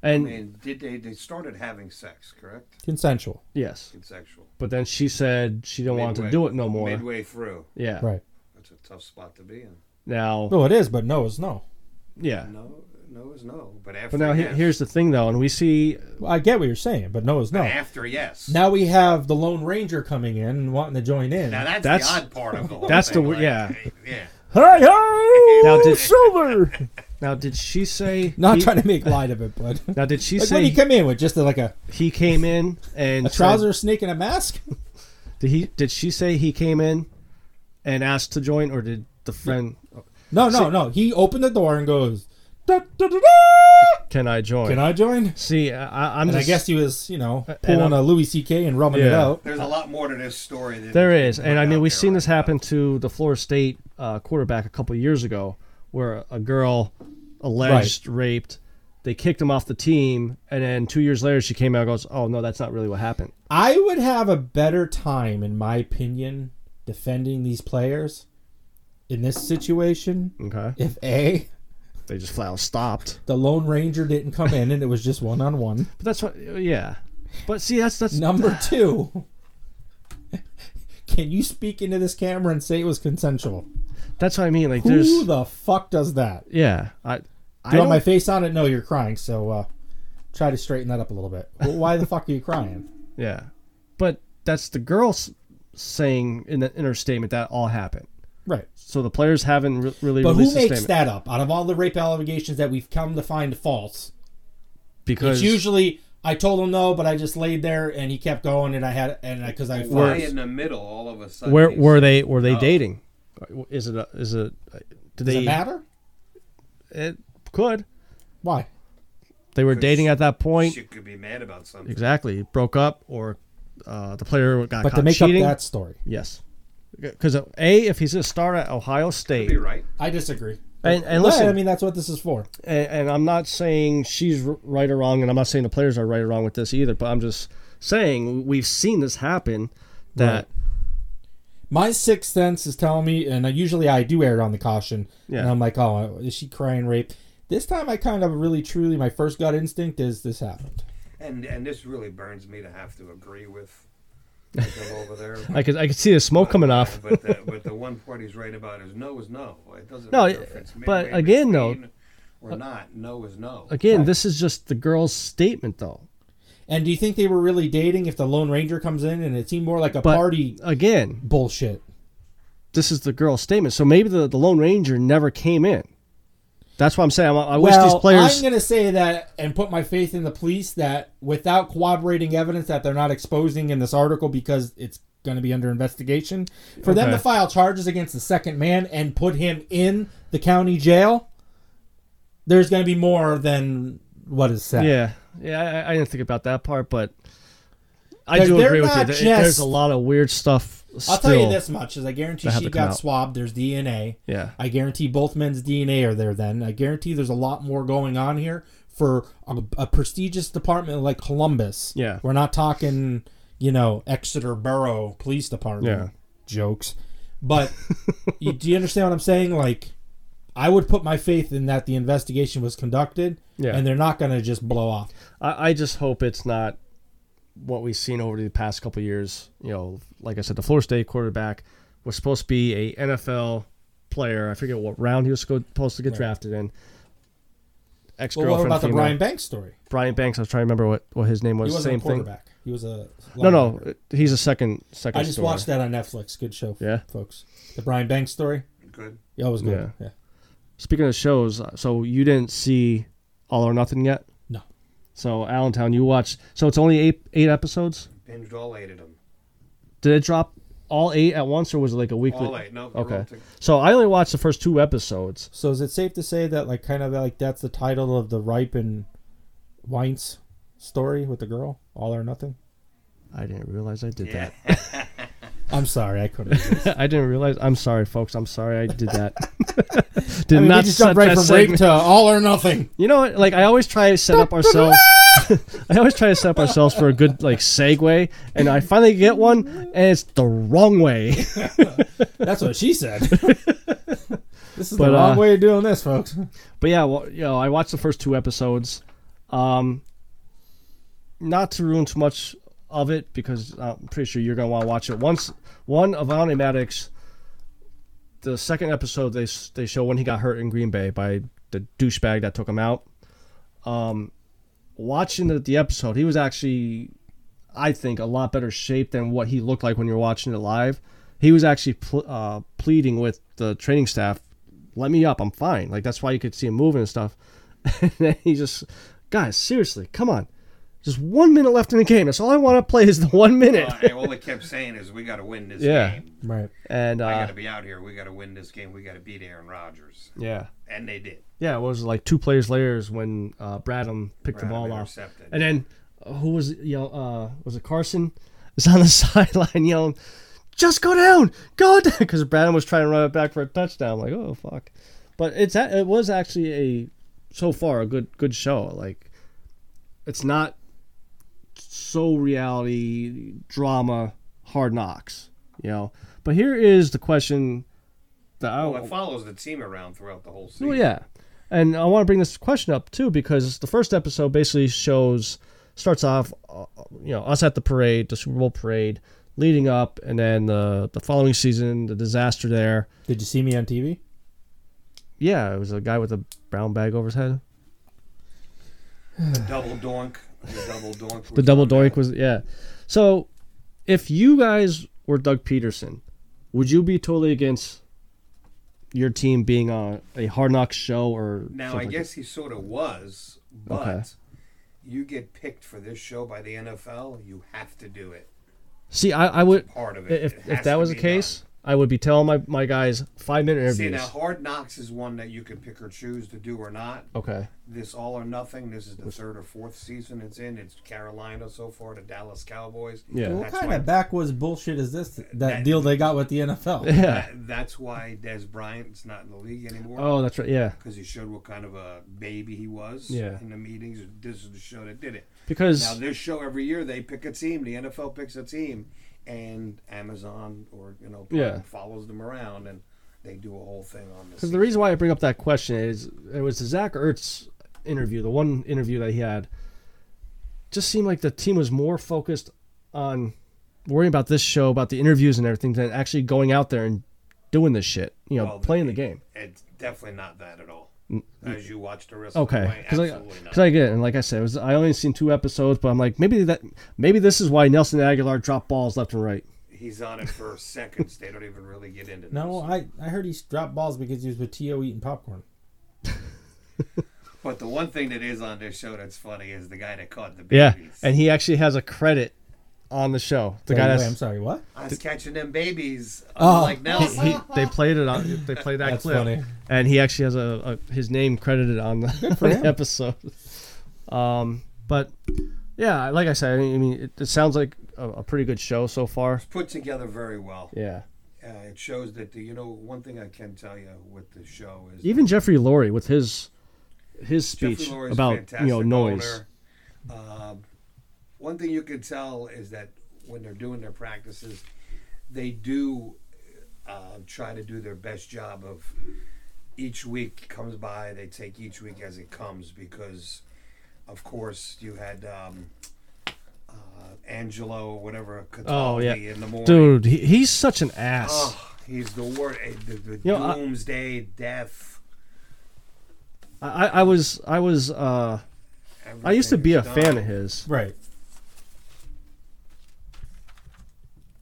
[SPEAKER 1] And
[SPEAKER 2] I mean, did they? They started having sex, correct?
[SPEAKER 4] Consensual,
[SPEAKER 1] yes,
[SPEAKER 2] Consensual.
[SPEAKER 1] but then she said she didn't want to
[SPEAKER 2] Midway-
[SPEAKER 1] do it no more.
[SPEAKER 2] Midway through,
[SPEAKER 1] Yeah.
[SPEAKER 4] right?
[SPEAKER 2] that's a tough spot to be in.
[SPEAKER 1] Now,
[SPEAKER 4] No, it is, but no is no.
[SPEAKER 1] yeah.
[SPEAKER 2] No, no is no. But after
[SPEAKER 1] But now he-
[SPEAKER 2] yes.
[SPEAKER 1] here's the thing though, and we see
[SPEAKER 4] Well, I get what you're saying, but no is no.
[SPEAKER 2] after yes.
[SPEAKER 4] Now we have the Lone Ranger coming in and wanting to join in.
[SPEAKER 2] Now that's,
[SPEAKER 1] That's-
[SPEAKER 2] the odd part of the whole
[SPEAKER 1] that's the
[SPEAKER 2] thing,
[SPEAKER 1] w- yeah.
[SPEAKER 2] yeah.
[SPEAKER 4] Hi, hi,
[SPEAKER 1] Now did-
[SPEAKER 4] silver.
[SPEAKER 1] [LAUGHS] now did she say
[SPEAKER 4] [LAUGHS] Not
[SPEAKER 1] he-
[SPEAKER 4] trying to make light of it, but
[SPEAKER 1] Now did she
[SPEAKER 4] like what
[SPEAKER 1] say
[SPEAKER 4] do you come in with? Just like a,
[SPEAKER 1] he came in and
[SPEAKER 4] a
[SPEAKER 1] said-
[SPEAKER 4] trouser, snake, and a mask?
[SPEAKER 1] Did he did she say he came in and asked to join or did the friend
[SPEAKER 4] No, no, no. He opened the door and goes, da, da, da, da.
[SPEAKER 1] can I join?
[SPEAKER 4] "Can I join?"
[SPEAKER 1] See, I, I'm
[SPEAKER 4] And I
[SPEAKER 1] just
[SPEAKER 4] guess he was, you know,
[SPEAKER 1] and
[SPEAKER 4] pulling
[SPEAKER 1] I'm-
[SPEAKER 4] a Louis C.K. and rubbing it
[SPEAKER 1] Yeah.
[SPEAKER 4] out.
[SPEAKER 2] There's a lot more to this story. Than
[SPEAKER 1] There is, and I mean,
[SPEAKER 2] out
[SPEAKER 1] we've
[SPEAKER 2] there
[SPEAKER 1] seen
[SPEAKER 2] right
[SPEAKER 1] this
[SPEAKER 2] now.
[SPEAKER 1] happen to the Florida State uh, quarterback a couple years ago, where a girl alleged raped. They kicked him off the team, and then two years later, she came out and goes, "Oh no, that's not really what happened."
[SPEAKER 4] I would have a better time, in my opinion, defending these players in this situation
[SPEAKER 1] Okay,
[SPEAKER 4] if A,
[SPEAKER 1] they just flat out stopped.
[SPEAKER 4] the Lone Ranger didn't come in and it was just one on
[SPEAKER 1] [LAUGHS]
[SPEAKER 4] one.
[SPEAKER 1] But that's what, uh, yeah. But see, that's that's
[SPEAKER 4] Number two, [LAUGHS] can you speak into this camera and say it was consensual?
[SPEAKER 1] that's what I mean. Like,
[SPEAKER 4] Who
[SPEAKER 1] there's
[SPEAKER 4] the fuck does that?
[SPEAKER 1] yeah, I,
[SPEAKER 4] Do
[SPEAKER 1] I
[SPEAKER 4] you want my
[SPEAKER 1] don't,
[SPEAKER 4] face on it? No, you're crying, so uh, try to straighten that up a little bit. Well, why the fuck are you crying?
[SPEAKER 1] yeah, but that's the girl s- saying in the in her statement that all happened.
[SPEAKER 4] Right.
[SPEAKER 1] So the players haven't re- really
[SPEAKER 4] But who
[SPEAKER 1] released a
[SPEAKER 4] makes
[SPEAKER 1] statement
[SPEAKER 4] that up? Out of all the rape allegations that we've come to find false,
[SPEAKER 1] because
[SPEAKER 4] It's usually I told him no, but I just laid there and he kept going, and I had and I because I
[SPEAKER 2] Why
[SPEAKER 4] forced.
[SPEAKER 2] in the middle, all of a sudden?
[SPEAKER 1] Where
[SPEAKER 2] he's-
[SPEAKER 1] were they? Were they dating? Is it? A, is it? Do
[SPEAKER 4] Does
[SPEAKER 1] they?
[SPEAKER 4] Oh. it matter?
[SPEAKER 1] It could.
[SPEAKER 4] Why?
[SPEAKER 1] They were dating at that point.
[SPEAKER 2] She could be mad about something.
[SPEAKER 1] Exactly. Broke up, or uh, the player got
[SPEAKER 4] But
[SPEAKER 1] caught
[SPEAKER 4] to make
[SPEAKER 1] cheating.
[SPEAKER 4] up that story,
[SPEAKER 1] yes. Because a, if he's a star at Ohio State,
[SPEAKER 2] Be right.
[SPEAKER 4] I disagree.
[SPEAKER 1] and, and
[SPEAKER 4] But,
[SPEAKER 1] listen,
[SPEAKER 4] I mean that's what this is for.
[SPEAKER 1] and, and I'm not saying she's r- right or wrong, and I'm not saying the players are right or wrong with this either. But I'm just saying we've seen this happen. That
[SPEAKER 4] My sixth sense is telling me, and I, usually I do err on the caution.
[SPEAKER 1] Yeah.
[SPEAKER 4] And I'm like, oh, is she crying rape? This time I kind of really truly my first gut instinct is this happened.
[SPEAKER 2] And and this really burns me to have to agree with them
[SPEAKER 1] [LAUGHS]
[SPEAKER 2] over there.
[SPEAKER 1] I could I could see the smoke coming off.
[SPEAKER 2] but the, but the one part he's right about is no is no. It doesn't
[SPEAKER 1] No,
[SPEAKER 2] matter if it's
[SPEAKER 1] but
[SPEAKER 2] midway
[SPEAKER 1] again, though- uh,
[SPEAKER 2] between or not, no is no.
[SPEAKER 1] Again, this is just the girl's statement, though.
[SPEAKER 4] And do you think they were really dating if the Lone Ranger comes in and it seemed more like a
[SPEAKER 1] But
[SPEAKER 4] party
[SPEAKER 1] again,
[SPEAKER 4] bullshit?
[SPEAKER 1] this is the girl's statement. So maybe the, the Lone Ranger never came in. That's what I'm saying. I, I wish
[SPEAKER 4] well,
[SPEAKER 1] these players.
[SPEAKER 4] I'm going to say that and put my faith in the police that without corroborating evidence that they're not exposing in this article because it's going to be under investigation, for them
[SPEAKER 1] Okay.
[SPEAKER 4] to file charges against the second man and put him in the county jail, there's going to be more than what is said.
[SPEAKER 1] yeah, yeah. I- I, I didn't think about that part, but I
[SPEAKER 4] Like,
[SPEAKER 1] do
[SPEAKER 4] they're
[SPEAKER 1] agree with you.
[SPEAKER 4] not
[SPEAKER 1] There-
[SPEAKER 4] just-
[SPEAKER 1] There's a lot of weird stuff still,
[SPEAKER 4] I'll tell you this much: is I guarantee
[SPEAKER 1] They have
[SPEAKER 4] she
[SPEAKER 1] to come
[SPEAKER 4] got
[SPEAKER 1] out.
[SPEAKER 4] swabbed. There's DNA.
[SPEAKER 1] Yeah.
[SPEAKER 4] I guarantee both men's DNA are there. Then I guarantee there's a lot more going on here for a, a prestigious department like Columbus.
[SPEAKER 1] Yeah.
[SPEAKER 4] we're not talking, you know, Exeter Borough Police Department.
[SPEAKER 1] Yeah.
[SPEAKER 4] jokes. But [LAUGHS] you, do you understand what I'm saying? Like, I would put my faith in that the investigation was conducted,
[SPEAKER 1] Yeah.
[SPEAKER 4] and they're not going to just blow off.
[SPEAKER 1] I, I just hope it's not what we've seen over the past couple of years. You know, like I said, the Florida State quarterback was supposed to be a NFL player. I forget what round he was sco- supposed to get drafted in. Ex
[SPEAKER 4] Well,
[SPEAKER 1] girlfriend.
[SPEAKER 4] what about the Brian Banks story?
[SPEAKER 1] Brian Banks? I was trying to remember what, what his name
[SPEAKER 4] He
[SPEAKER 1] was.
[SPEAKER 4] wasn't
[SPEAKER 1] Same
[SPEAKER 4] a
[SPEAKER 1] thing.
[SPEAKER 4] quarterback. He was a
[SPEAKER 1] No, no, he's a second. Second.
[SPEAKER 4] I just
[SPEAKER 1] story.
[SPEAKER 4] watched that on Netflix. Good show,
[SPEAKER 1] Yeah.
[SPEAKER 4] folks. The Brian Banks story.
[SPEAKER 2] Good.
[SPEAKER 4] Yeah, it was good. Yeah.
[SPEAKER 1] Speaking of shows, so you didn't see All or Nothing yet?
[SPEAKER 4] No.
[SPEAKER 1] So Allentown, you watched. So it's only eight eight episodes.
[SPEAKER 2] Binged all eight of them.
[SPEAKER 1] Did it drop all eight at once, or was it like a weekly?
[SPEAKER 2] All eight. No. they're all
[SPEAKER 1] Okay.
[SPEAKER 2] took-
[SPEAKER 1] So I only watched the first two episodes.
[SPEAKER 4] So is it safe to say that like kind of like that's the title of the Ripe and Wines story with the girl, All or Nothing?
[SPEAKER 1] I didn't realize I did
[SPEAKER 2] Yeah.
[SPEAKER 4] I'm sorry,
[SPEAKER 1] [LAUGHS]
[SPEAKER 4] I couldn't.
[SPEAKER 1] that. [LAUGHS] I didn't realize. I'm sorry, folks. I'm sorry I did [LAUGHS] that. did
[SPEAKER 4] I mean, we
[SPEAKER 1] not
[SPEAKER 4] just
[SPEAKER 1] set
[SPEAKER 4] jumped right
[SPEAKER 1] that
[SPEAKER 4] from rape
[SPEAKER 1] segment-
[SPEAKER 4] to All or Nothing.
[SPEAKER 1] You know what? Like I always try to set up ourselves. [LAUGHS] I always try to set up ourselves for a good like segue, and I finally get one, and it's the wrong way. [LAUGHS]
[SPEAKER 4] That's what she said. this is
[SPEAKER 1] But,
[SPEAKER 4] the wrong
[SPEAKER 1] uh,
[SPEAKER 4] way of doing this, folks.
[SPEAKER 1] But yeah, well, you know, I watched the first two episodes. Um, not to ruin too much of it because I'm pretty sure you're gonna want to watch it. Once one of Alan Maddox, the second episode they s- they show when he got hurt in Green Bay by the douchebag that took him out. Um, watching the, the episode, he was actually, I think, a lot better shape than what he looked like when you're watching it live. He was actually pl- uh, pleading with the training staff let me up. I'm fine. Like that's why you could see him moving and stuff. [LAUGHS] And then he just, guys, seriously, come on. Just one minute left in the game. That's all I want to play is the one minute.
[SPEAKER 2] Uh, and all they kept saying is, "We got to win this
[SPEAKER 1] Yeah.
[SPEAKER 2] game.
[SPEAKER 4] Right.
[SPEAKER 1] And
[SPEAKER 2] I
[SPEAKER 1] uh,
[SPEAKER 2] got to be out here. We got to win this game. We got to beat Aaron Rodgers."
[SPEAKER 1] yeah,
[SPEAKER 2] And they did.
[SPEAKER 1] yeah. It was like two players later is when uh, Bradham picked the
[SPEAKER 2] Bradham
[SPEAKER 1] ball off,
[SPEAKER 2] intercepted.
[SPEAKER 1] and then uh, who was you know, uh, was it Carson? [LAUGHS] Is on the sideline yelling, "Just go down, go [LAUGHS] down," because Bradham was trying to run it back for a touchdown. like, oh fuck. But it's a- it was actually a so far a good good show. Like, it's not so reality drama hard knocks, you know. But here is the question that I
[SPEAKER 2] Well, it follows the team around throughout the whole season.
[SPEAKER 1] well, oh. yeah, and I want to bring this question up too because the first episode basically shows starts off, uh, you know, us at the parade, the Super Bowl parade, leading up, and then the the following season, the disaster there.
[SPEAKER 4] Did you see me on TV?
[SPEAKER 1] Yeah, it was a guy with a brown bag over his head.
[SPEAKER 2] The double doink. The double doink.
[SPEAKER 1] The double doink was yeah. So, if you guys were Doug Peterson, would you be totally against your team being on a hard knocks show or
[SPEAKER 2] Now I
[SPEAKER 1] something like
[SPEAKER 2] guess he sort of was, but
[SPEAKER 1] Okay.
[SPEAKER 2] you get picked for this show by the NFL. You have to do it.
[SPEAKER 1] that? See, I, I would
[SPEAKER 2] Part of it. It
[SPEAKER 1] if,
[SPEAKER 2] has
[SPEAKER 1] if that
[SPEAKER 2] to
[SPEAKER 1] was the
[SPEAKER 2] be
[SPEAKER 1] case, I would be telling my, my guys five minute
[SPEAKER 2] done. See
[SPEAKER 1] interviews.
[SPEAKER 2] now, Hard Knocks is one that you can pick or choose to do or not.
[SPEAKER 1] Okay. [LAUGHS]
[SPEAKER 2] This All or Nothing. This is the third or fourth season it's in. It's Carolina so far, the Dallas Cowboys.
[SPEAKER 1] Yeah.
[SPEAKER 4] What
[SPEAKER 2] That's
[SPEAKER 4] kind
[SPEAKER 2] why-
[SPEAKER 4] of backwards bullshit is this? That, deal they got with the [LAUGHS] NFL.
[SPEAKER 1] Yeah.
[SPEAKER 2] That's why Des Bryant's not in the league anymore.
[SPEAKER 1] Oh, that's right. Yeah.
[SPEAKER 2] Because he showed what kind of a baby he was
[SPEAKER 1] Yeah.
[SPEAKER 2] in the meetings. This is the show that did it. Now
[SPEAKER 1] Because
[SPEAKER 2] this show every year they pick a team. The NFL picks a team, and Amazon or you know Prime
[SPEAKER 1] Yeah.
[SPEAKER 2] follows them around, and they do a whole thing on this.
[SPEAKER 1] cause the reason why I bring up that question is it was the Zach Ertz interview, the one interview that he had. Just seemed like the team was more focused on worrying about this show, about the interviews and everything, than actually going out there and doing this shit. You know,
[SPEAKER 2] Well,
[SPEAKER 1] playing the
[SPEAKER 2] it-
[SPEAKER 1] game. Mm,
[SPEAKER 2] It's definitely not that at all. As you watch the rest of the
[SPEAKER 1] Okay,
[SPEAKER 2] way,
[SPEAKER 1] because I,
[SPEAKER 2] absolutely not.
[SPEAKER 1] 'cause I get it, and like I said, it was, I only seen two episodes, but I'm like, maybe that, maybe this is why Nelson Aguilar dropped balls left and right.
[SPEAKER 2] He's on it for [LAUGHS] seconds. They don't even really get into
[SPEAKER 4] No,
[SPEAKER 2] this.
[SPEAKER 4] I, I heard he dropped balls because he was with T.O. eating popcorn.
[SPEAKER 2] But the one thing that is on this show that's funny is the guy that caught the
[SPEAKER 1] Yeah,
[SPEAKER 2] babies.
[SPEAKER 1] and he actually has a credit on the show. The guy
[SPEAKER 4] Wait,
[SPEAKER 1] that's
[SPEAKER 4] I'm sorry, what?
[SPEAKER 2] I was catching them babies.
[SPEAKER 4] Oh.
[SPEAKER 2] like Nelson.
[SPEAKER 1] he, they played it on they played that
[SPEAKER 4] That's
[SPEAKER 1] clip
[SPEAKER 4] funny.
[SPEAKER 1] and he actually has a, a his name credited on the,
[SPEAKER 4] for
[SPEAKER 1] on [LAUGHS] the
[SPEAKER 4] him.
[SPEAKER 1] episode um but yeah like i said i mean it, it sounds like a, a, a pretty good show so far.
[SPEAKER 2] Put together very well.
[SPEAKER 1] Yeah.
[SPEAKER 2] Uh, it shows that the, you know one thing I can tell you with the show is
[SPEAKER 1] Even Jeffrey Lurie with his his speech
[SPEAKER 2] Jeffrey Lurie's a
[SPEAKER 1] about you know
[SPEAKER 2] fantastic
[SPEAKER 1] noise.
[SPEAKER 2] owner. Um, one thing you can tell is that when they're doing their practices, they do uh, try to do their best job of each week comes by. They take each week as it comes because, of course, you had um, uh, Angelo, whatever,
[SPEAKER 1] Oh yeah,
[SPEAKER 2] Cataldi in the morning.
[SPEAKER 1] dude, he, he's such an ass.
[SPEAKER 2] Oh, he's the word. The, the
[SPEAKER 1] You know, I-
[SPEAKER 2] doomsday, death.
[SPEAKER 1] I, I was I was uh, I used to
[SPEAKER 2] everything
[SPEAKER 1] be a
[SPEAKER 2] is
[SPEAKER 1] fan
[SPEAKER 2] done.
[SPEAKER 1] of his.
[SPEAKER 5] Right.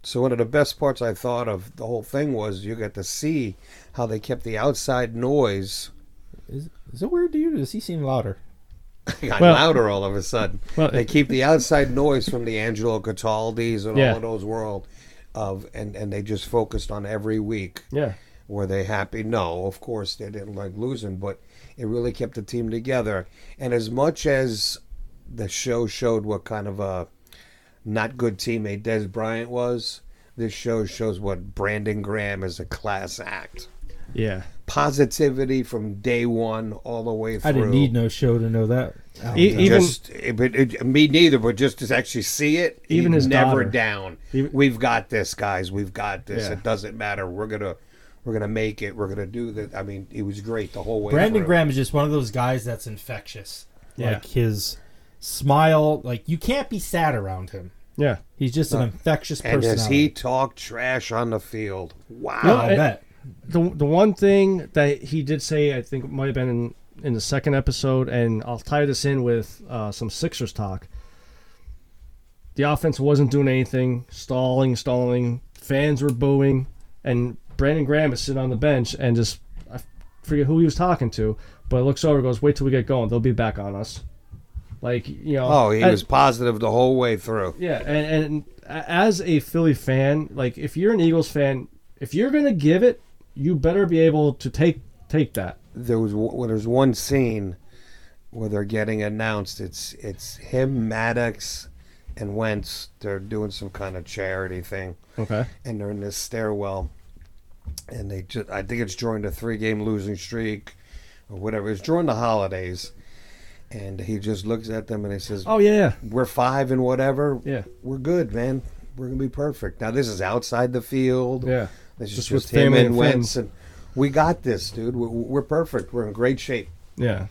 [SPEAKER 2] So one of the best parts I thought of the whole thing was you got to see how they kept the outside noise. [LAUGHS]
[SPEAKER 5] Is, is it weird to you? Does he seem louder?
[SPEAKER 2] It got
[SPEAKER 1] Well-
[SPEAKER 2] louder all of a sudden.
[SPEAKER 1] Well,
[SPEAKER 2] they
[SPEAKER 1] it-
[SPEAKER 2] keep the outside noise from the Angelo Cataldi's and
[SPEAKER 1] Yeah.
[SPEAKER 2] all of those world of and and they just focused on every week.
[SPEAKER 1] Yeah,
[SPEAKER 2] Were they happy? No, of course they didn't like losing, but it really kept the team together. And as much as the show showed what kind of a not good teammate Des Bryant was, this show shows what Brandon Graham is a class act.
[SPEAKER 1] yeah.
[SPEAKER 2] Positivity from day one all the way through.
[SPEAKER 5] I didn't need no show to know that.
[SPEAKER 1] E- even
[SPEAKER 2] just it, but it, me neither, but just to actually see it, he
[SPEAKER 1] Even his
[SPEAKER 2] never
[SPEAKER 1] daughter.
[SPEAKER 2] down.
[SPEAKER 1] Even-
[SPEAKER 2] We've got this, guys. We've got this.
[SPEAKER 1] Yeah.
[SPEAKER 2] It doesn't matter. We're gonna, we're gonna make it. We're gonna do that. I mean, it was great the whole way.
[SPEAKER 5] Brandon
[SPEAKER 2] through.
[SPEAKER 5] Graham is just one of those guys that's infectious.
[SPEAKER 1] Yeah.
[SPEAKER 5] Like his smile, like you can't be sad around him.
[SPEAKER 1] yeah.
[SPEAKER 5] He's just an infectious
[SPEAKER 2] and as
[SPEAKER 5] personality.
[SPEAKER 2] he talked trash on the field, wow.
[SPEAKER 1] No,
[SPEAKER 5] I bet.
[SPEAKER 1] the the one thing that he did say, I think might have been in, in the second episode, and I'll tie this in with uh, some Sixers talk. The offense wasn't doing anything, stalling, stalling. Fans were booing, and Brandon Graham is sitting on the bench and just I forget who he was talking to, but looks over, and goes, "Wait till we get going, they'll be back on us." Like you know,
[SPEAKER 2] oh, he
[SPEAKER 1] and-
[SPEAKER 2] was positive the whole way through.
[SPEAKER 1] yeah, and, and a- as a Philly fan, like if you're an Eagles fan, if you're gonna give it, you better be able to take take that.
[SPEAKER 2] there was w- well, there's one scene where they're getting announced. It's it's him, Maddox, and Wentz. They're doing some kind of charity thing,
[SPEAKER 1] Okay.
[SPEAKER 2] and they're in this stairwell, and they just I think it's during the three game losing streak, or whatever. It's during the holidays, and he just looks at them and he says,
[SPEAKER 1] Oh yeah, yeah.
[SPEAKER 2] "We're five and whatever.
[SPEAKER 1] Yeah.
[SPEAKER 2] we're good, man. We're gonna be perfect." Now this is outside the field.
[SPEAKER 1] Yeah.
[SPEAKER 2] this is
[SPEAKER 1] Just
[SPEAKER 2] just,
[SPEAKER 1] with
[SPEAKER 2] him
[SPEAKER 1] family
[SPEAKER 2] and
[SPEAKER 1] and
[SPEAKER 2] Wentz,
[SPEAKER 1] friends.
[SPEAKER 2] and we got this, dude. We're, we're perfect. We're in great shape.
[SPEAKER 1] Yeah.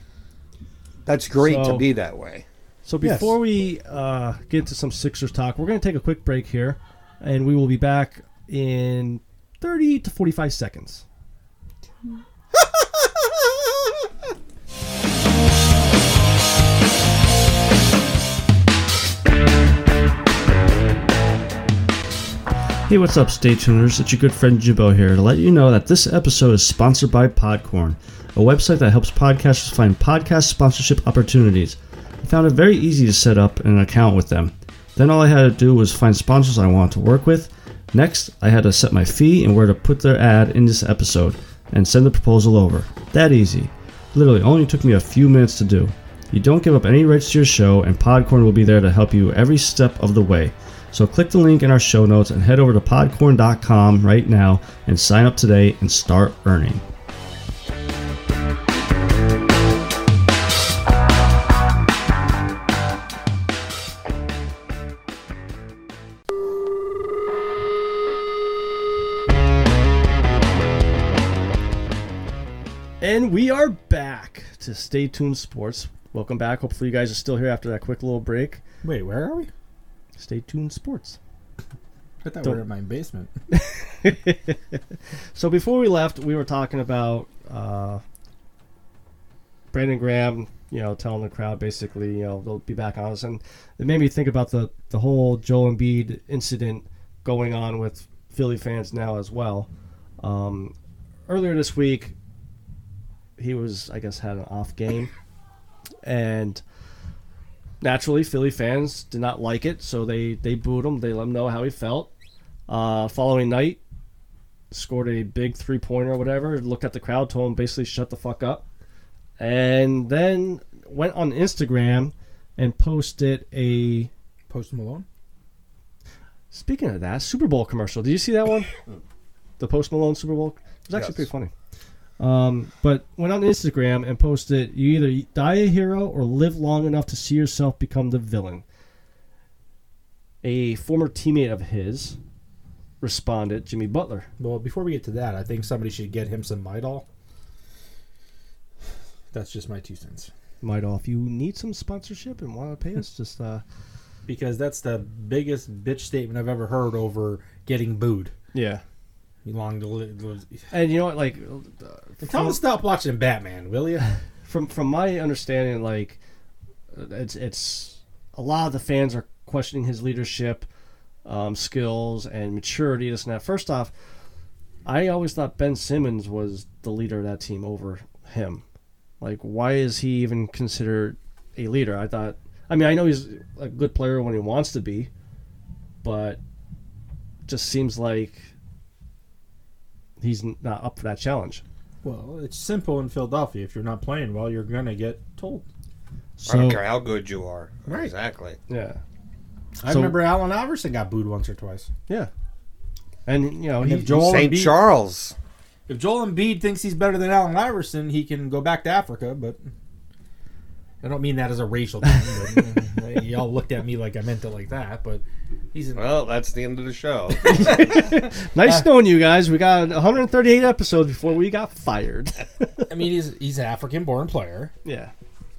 [SPEAKER 2] That's great to
[SPEAKER 1] So-
[SPEAKER 2] be that way.
[SPEAKER 1] So before we uh, get to some Sixers talk, we're gonna take a quick break here, and we will be back in thirty to forty five seconds. Hey, what's up, stay tuners? It's your good friend Jimbo here to let you know that this episode is sponsored by Podcorn, a website that helps podcasters find podcast sponsorship opportunities. I found it very easy to set up an account with them. Then all I had to do was find sponsors I wanted to work with. Next, I had to set my fee and where to put their ad in this episode and send the proposal over. That easy. Literally, only took me a few minutes to do. You don't give up any rights to your show, and Podcorn will be there to help you every step of the way. So click the link in our show notes and head over to podcorn.com right now and sign up today and start earning. And we are back to Stay Tuned Sports. Welcome back. Hopefully, you guys are still here after that quick little break.
[SPEAKER 5] Wait, where are we?
[SPEAKER 1] Stay Tuned Sports.
[SPEAKER 5] I thought
[SPEAKER 1] Don't-
[SPEAKER 5] we were in my basement.
[SPEAKER 1] So before we left, we were talking about uh, Brandon Graham, you know, telling the crowd basically, you know, they'll be back on us, and it made me think about the the whole Joel Embiid incident going on with Philly fans now as well. Um, earlier this week, he was, I guess, had an off game, and naturally, Philly fans did not like it, so they they booed him. They let him know how he felt. Uh, following night, scored a big three pointer or whatever, looked at the crowd, told him basically shut the fuck up, and then went on Instagram and posted a
[SPEAKER 5] Post Malone?
[SPEAKER 1] Speaking of that, Super Bowl commercial. Did you see that one? the Post Malone Super Bowl. It was actually
[SPEAKER 2] Yes.
[SPEAKER 1] pretty funny. Um, but went on Instagram and posted, "You either die a hero or live long enough to see yourself become the villain." A former teammate of his responded, "Jimmy Butler."
[SPEAKER 4] Well, before we get to that, I think somebody should get him some Midol. That's just my two cents.
[SPEAKER 1] Might off. You need some sponsorship and want to pay us? Just uh,
[SPEAKER 4] Because that's the biggest bitch statement I've ever heard over getting booed.
[SPEAKER 1] yeah.
[SPEAKER 4] You long to live.
[SPEAKER 1] And you know what? Like, uh,
[SPEAKER 4] Tell him to stop watching Batman, will you?
[SPEAKER 1] from from my understanding, like it's it's a lot of the fans are questioning his leadership um, skills and maturity. This and that. First off, I always thought Ben Simmons was the leader of that team over him. Like, why is he even considered a leader? I thought. I mean, I know he's a good player when he wants to be, but just seems like he's not up for that challenge.
[SPEAKER 4] Well, it's simple in Philadelphia. If you're not playing well, you're gonna get told.
[SPEAKER 2] I
[SPEAKER 1] So-
[SPEAKER 2] don't care how good you are.
[SPEAKER 4] Right.
[SPEAKER 2] Exactly.
[SPEAKER 1] Yeah,
[SPEAKER 4] I
[SPEAKER 1] So-
[SPEAKER 4] remember Allen Iverson got booed once or twice.
[SPEAKER 1] yeah, and you know he
[SPEAKER 4] if Joel
[SPEAKER 2] St.
[SPEAKER 4] Embiid-
[SPEAKER 2] Charles.
[SPEAKER 4] If Joel Embiid thinks he's better than Allen Iverson, he can go back to Africa. But I don't mean that as a racial thing. [LAUGHS] but, uh, y'all looked at me like I meant it like that. But he's an,
[SPEAKER 2] Well, that's the end of the show.
[SPEAKER 1] Nice knowing you guys. We got 138 episodes before we got fired.
[SPEAKER 4] I mean he's he's an African-born player.
[SPEAKER 1] yeah.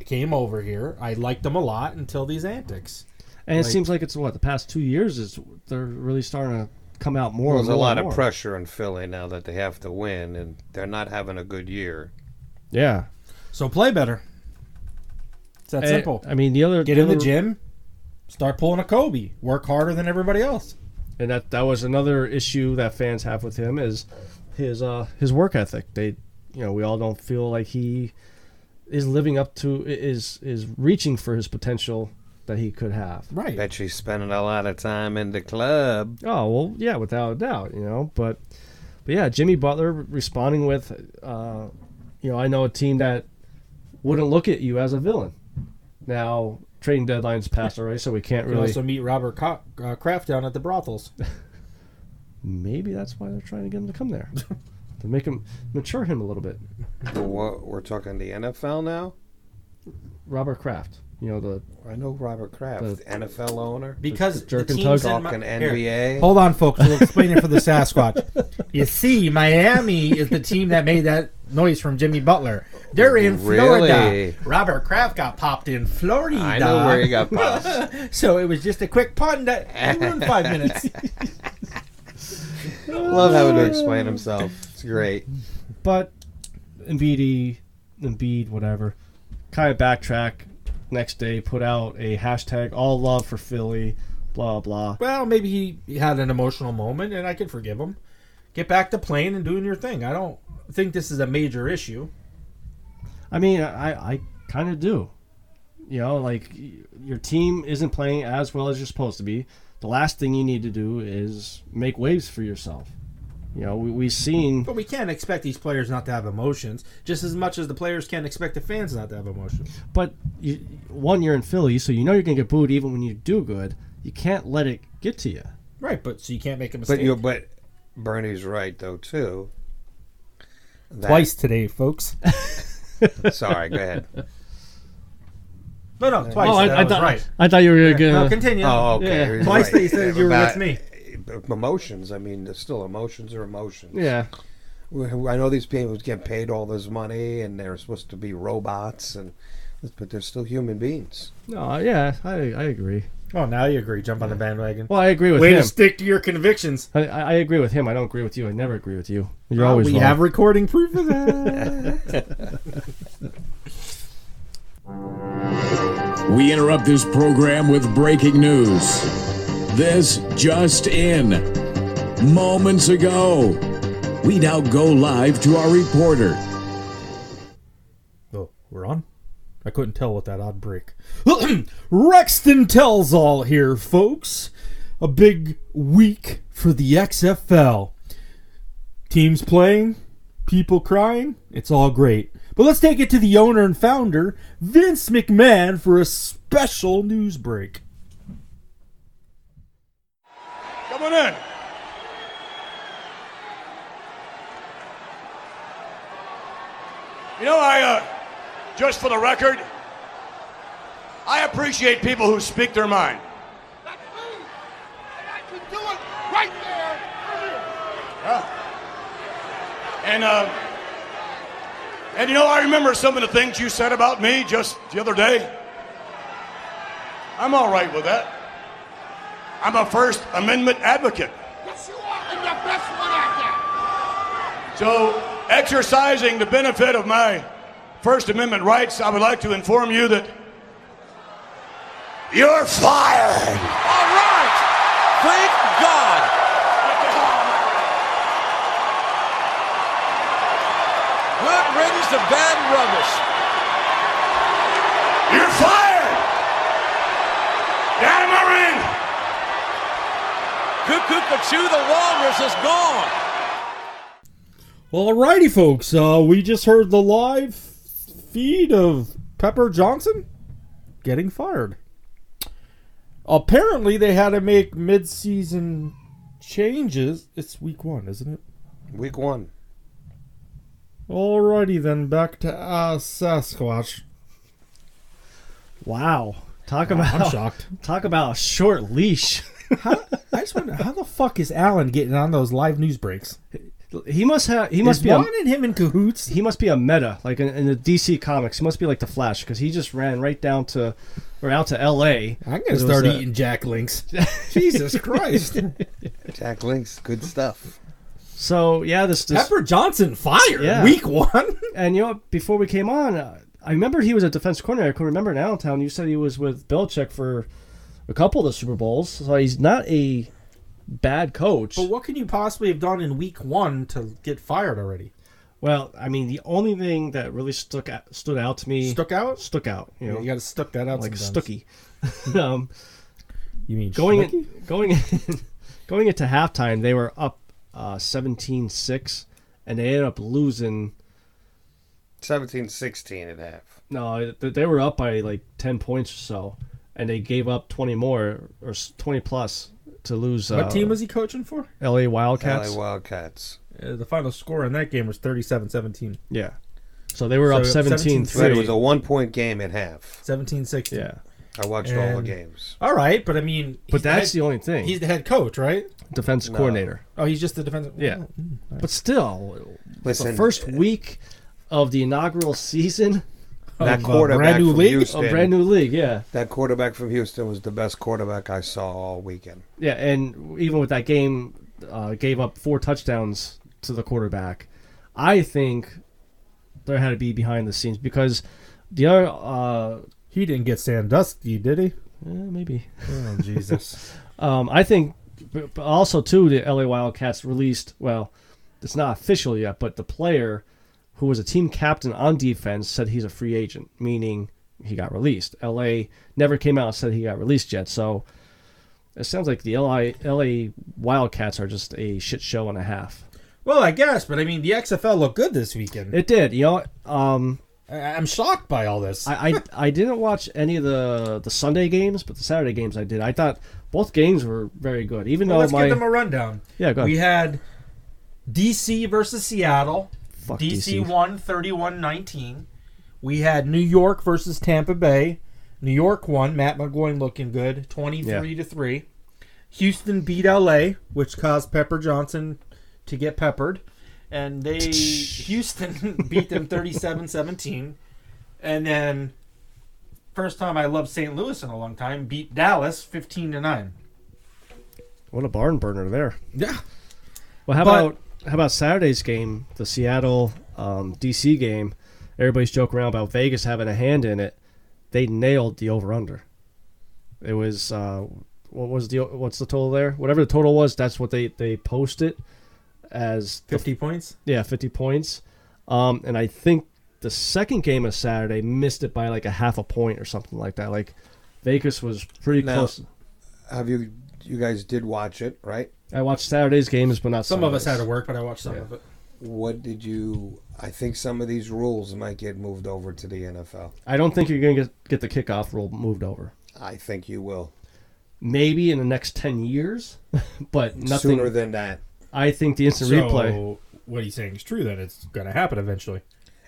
[SPEAKER 4] Came over here. I liked him a lot until these antics.
[SPEAKER 1] And it
[SPEAKER 4] Like-
[SPEAKER 1] seems like it's what the past two years is they're really starting to come out more.
[SPEAKER 2] There's
[SPEAKER 1] and
[SPEAKER 2] a
[SPEAKER 1] more
[SPEAKER 2] lot
[SPEAKER 1] and
[SPEAKER 2] of
[SPEAKER 1] more.
[SPEAKER 2] pressure in Philly now that they have to win, and they're not having a good year.
[SPEAKER 1] Yeah,
[SPEAKER 4] So play better. It's that
[SPEAKER 1] And,
[SPEAKER 4] simple.
[SPEAKER 1] I mean, the other
[SPEAKER 4] Get in the
[SPEAKER 1] other-
[SPEAKER 4] gym. Start pulling a Kobe. Work harder than everybody else.
[SPEAKER 1] and that that was another issue that fans have with him is his uh his work ethic. They, you know, we all don't feel like he is living up to is is reaching for his potential that he could have.
[SPEAKER 4] Right.
[SPEAKER 2] Bet she's spending a lot of time in the club.
[SPEAKER 1] Oh well, yeah, without a doubt, you know. But but yeah, Jimmy Butler responding with, uh, you know, I know a team that wouldn't look at you as a villain. Now trading deadlines passed already, so we can't
[SPEAKER 4] You can
[SPEAKER 1] really.
[SPEAKER 4] also meet Robert Co- uh, Kraft down at the brothels.
[SPEAKER 1] Maybe that's why they're trying to get him to come [LAUGHS] there, to make him mature him a little bit.
[SPEAKER 2] The wha- We're talking the NFL now.
[SPEAKER 1] Robert Kraft, you know the
[SPEAKER 2] I know Robert Kraft,
[SPEAKER 1] The-
[SPEAKER 2] NFL owner,
[SPEAKER 4] Because
[SPEAKER 1] Jerk
[SPEAKER 4] the
[SPEAKER 1] and
[SPEAKER 4] teams
[SPEAKER 1] tug.
[SPEAKER 4] in my-
[SPEAKER 2] talking
[SPEAKER 4] Here.
[SPEAKER 2] NBA.
[SPEAKER 4] Hold on, folks. We'll explain it for the Sasquatch. You see, Miami is the team that made that noise from Jimmy Butler. They're in
[SPEAKER 2] Really?
[SPEAKER 4] Florida. Robert Kraft got popped in Florida.
[SPEAKER 2] I know where you got popped.
[SPEAKER 4] [LAUGHS] so it was just a quick pun that you ruined five minutes.
[SPEAKER 2] [LAUGHS] Love having to explain himself. It's great.
[SPEAKER 1] but Embiid, Embiid, whatever. Kind of backtrack. Next day, put out a hashtag all love for Philly, blah blah.
[SPEAKER 4] well, maybe he- he had an emotional moment, and I can forgive him. Get back to playing and doing your thing. I don't think this is a major issue.
[SPEAKER 1] I mean, I, I kind of do. You know, like y- your team isn't playing as well as you're supposed to be. The last thing you need to do is make waves for yourself. You know, we, we've seen.
[SPEAKER 4] But we can't expect these players not to have emotions, just as much as the players can't expect the fans not to have emotions.
[SPEAKER 1] But you, one, you're in Philly, so you know you're going to get booed even when you do good. You can't let it get to you.
[SPEAKER 4] Right, but so you can't make a mistake.
[SPEAKER 2] But you, but Bernie's right though too. That-
[SPEAKER 4] today, folks.
[SPEAKER 2] Sorry, go [LAUGHS] ahead.
[SPEAKER 4] [LAUGHS] No, no, twice. that was right.
[SPEAKER 1] Oh, I thought you were
[SPEAKER 4] No, continue.
[SPEAKER 2] Oh, okay.
[SPEAKER 1] Yeah.
[SPEAKER 4] Twice they said you were
[SPEAKER 2] About-
[SPEAKER 4] with me.
[SPEAKER 2] Emotions. I mean, there's still emotions are emotions.
[SPEAKER 1] Yeah.
[SPEAKER 2] I know these people get paid all this money, and they're supposed to be robots, and but they're still human beings.
[SPEAKER 1] No. Yeah. I, I agree.
[SPEAKER 4] Oh, now you agree. Jump on the bandwagon.
[SPEAKER 1] Well, I agree with
[SPEAKER 4] Way
[SPEAKER 1] him.
[SPEAKER 4] to stick to your convictions.
[SPEAKER 1] I, I I agree with him. I don't agree with you. I never agree with you. You're always
[SPEAKER 4] we
[SPEAKER 1] wrong.
[SPEAKER 4] have recording proof of that.
[SPEAKER 3] We interrupt this program with breaking news. This just in. Moments ago, we now go live to our reporter.
[SPEAKER 4] oh, we're on? I couldn't tell with that odd break. [CLEARS THROAT] Rexton tells all here, folks. A big week for the XFL. Teams playing, people crying, it's all great. But let's take it to the owner and founder, Vince McMahon, for a special news break.
[SPEAKER 6] coming in. You know, I, uh, just for the record, I appreciate people who speak their mind.
[SPEAKER 7] That's me. And I can do it right there.
[SPEAKER 6] And, uh, and you know, I remember some of the things you said about me just the other day. I'm all right with that. I'm a First Amendment advocate.
[SPEAKER 7] Yes, you are. And you're best one out there.
[SPEAKER 6] So, exercising the benefit of my First Amendment rights, I would like to inform you that you're fired.
[SPEAKER 8] All right. Thank God. Not riddance to bad rubbish.
[SPEAKER 6] You're fired. Down in.
[SPEAKER 8] Cuckoo Cachoo the walrus is gone.
[SPEAKER 4] Alrighty, folks. Uh, we just heard the live feed of Pepper Johnson getting fired. Apparently, they had to make mid-season changes. It's week one, isn't it?
[SPEAKER 2] Week one.
[SPEAKER 4] Alrighty, then back to uh, Sasquatch.
[SPEAKER 1] Wow. Talk about
[SPEAKER 4] I'm shocked.
[SPEAKER 1] talk about a short leash.
[SPEAKER 4] [LAUGHS] I just wonder how the fuck is Alan getting on those live news breaks?
[SPEAKER 1] He must have. He must
[SPEAKER 4] Is
[SPEAKER 1] be. A,
[SPEAKER 4] Vaughn and him in cahoots.
[SPEAKER 1] he must be a meta, like in, in the DC comics. He must be like the Flash because he just ran right down to, or out to L.A.
[SPEAKER 4] I'm
[SPEAKER 1] It
[SPEAKER 4] gonna
[SPEAKER 1] was,
[SPEAKER 4] start
[SPEAKER 1] uh,
[SPEAKER 4] eating Jack [LAUGHS] Links. Jesus Christ!
[SPEAKER 2] [LAUGHS] Jack Links, good stuff.
[SPEAKER 1] So yeah, this this
[SPEAKER 4] Pepper Johnson fired
[SPEAKER 1] Yeah.
[SPEAKER 4] week one.
[SPEAKER 1] and you know what, before we came on, uh, I remember he was a defense coordinator. I can remember in Allentown. You said he was with Belichick for a couple of the Super Bowls, so he's not a bad coach.
[SPEAKER 4] But what can you possibly have done in week one to get fired already?
[SPEAKER 1] Well, I mean, the only thing that really stuck out, stood out to me
[SPEAKER 4] Stuck out?
[SPEAKER 1] stuck out. You know,
[SPEAKER 4] you got Hmm. to stuck that out
[SPEAKER 1] like
[SPEAKER 4] sometimes.
[SPEAKER 1] Stookie. [LAUGHS] um,
[SPEAKER 4] You mean
[SPEAKER 1] going
[SPEAKER 4] Stucky?
[SPEAKER 1] in, [LAUGHS] going in, going into halftime they were up uh, 17-6 and they ended up losing
[SPEAKER 2] 17 16 and a half.
[SPEAKER 1] no th- they were up by like 10 points or so and they gave up 20 more or s- 20 plus to lose uh,
[SPEAKER 4] What team was he coaching for?
[SPEAKER 1] la wildcats
[SPEAKER 2] LA Wildcats.
[SPEAKER 4] Uh, the final score in that game was 37-17.
[SPEAKER 1] yeah so they were up
[SPEAKER 4] So,
[SPEAKER 1] 17
[SPEAKER 2] But it
[SPEAKER 4] 17-3.
[SPEAKER 1] three.
[SPEAKER 2] was a one point game at half.
[SPEAKER 4] 17-16.
[SPEAKER 1] yeah
[SPEAKER 2] I watched all the
[SPEAKER 4] And-
[SPEAKER 2] games.
[SPEAKER 4] All right, but I mean,
[SPEAKER 1] but
[SPEAKER 4] he's
[SPEAKER 1] that's
[SPEAKER 4] the,
[SPEAKER 1] the only thing
[SPEAKER 4] head, he's the head coach, right?
[SPEAKER 1] defense coordinator
[SPEAKER 4] Oh, hmm. he's just the defensive.
[SPEAKER 1] yeah but still the
[SPEAKER 2] Listen,
[SPEAKER 1] first week of the inaugural season
[SPEAKER 2] that
[SPEAKER 4] of, uh,
[SPEAKER 2] quarterback
[SPEAKER 4] brand new
[SPEAKER 2] from
[SPEAKER 4] league?
[SPEAKER 1] a
[SPEAKER 2] Houston,
[SPEAKER 1] brand new league yeah
[SPEAKER 2] that quarterback from Houston was the best quarterback I saw all weekend.
[SPEAKER 1] Yeah, and even with that game, uh, gave up four touchdowns to the quarterback. I think there had to be behind the scenes because the other uh,
[SPEAKER 4] He didn't get Sandusky, did he?
[SPEAKER 1] eh, maybe. [LAUGHS]
[SPEAKER 4] Oh, Jesus.
[SPEAKER 1] Um, I think, but but also too, the LA Wildcats released. Well, it's not official yet, but the player who was a team captain on defense said he's a free agent, meaning he got released. LA never came out and said he got released yet. So it sounds like the LA, LA Wildcats are just a shit show and a half.
[SPEAKER 4] well, I guess, but I mean, the XFL looked good this weekend.
[SPEAKER 1] It did, you know. Um,
[SPEAKER 4] I, I'm shocked by all this.
[SPEAKER 1] I, I I didn't watch any of the the Sunday games, but the Saturday games I did. I thought both games were very good, even
[SPEAKER 4] Well,
[SPEAKER 1] though
[SPEAKER 4] let's
[SPEAKER 1] my
[SPEAKER 4] give them a rundown.
[SPEAKER 1] yeah, go
[SPEAKER 4] We
[SPEAKER 1] ahead.
[SPEAKER 4] had DC versus Seattle.
[SPEAKER 1] Fuck
[SPEAKER 4] DC,
[SPEAKER 1] DC.
[SPEAKER 4] won 31-19. We had New York versus Tampa Bay. New York won. Matt McGloin looking good, twenty three to three. Houston beat LA, which caused Pepper Johnson to get peppered, and
[SPEAKER 1] [LAUGHS]
[SPEAKER 4] they Houston [LAUGHS] beat them 37-17. And then first time I loved St. Louis in a long time beat Dallas fifteen to nine.
[SPEAKER 1] What a barn burner there.
[SPEAKER 4] Yeah,
[SPEAKER 1] Well, how
[SPEAKER 4] But-
[SPEAKER 1] about how about Saturday's game, the Seattle um, DC game? Everybody's joking around about Vegas having a hand in it. They nailed the over under. It was uh, what was the what's the total there? Whatever the total was, that's what they they posted as the
[SPEAKER 4] fifty points.
[SPEAKER 1] Yeah, 50 points. Um, and I think the second game of Saturday missed it by like a half a point or something like that. Like Vegas was pretty
[SPEAKER 2] Now-
[SPEAKER 1] close.
[SPEAKER 2] Have you you guys did watch it, right?
[SPEAKER 1] I watched Saturday's games, but not
[SPEAKER 4] Some of us had to
[SPEAKER 1] Sunday's.
[SPEAKER 4] work, but I watched some of it.
[SPEAKER 2] What did you I think some of these rules might get moved over to the NFL.
[SPEAKER 1] I don't think you're gonna get, get the kickoff rule moved over.
[SPEAKER 2] I think you will.
[SPEAKER 1] maybe in the next 10 years, [LAUGHS] but nothing.
[SPEAKER 2] sooner than that.
[SPEAKER 1] I think the instant replay.
[SPEAKER 4] So what he's saying is true. Then it's going to happen eventually.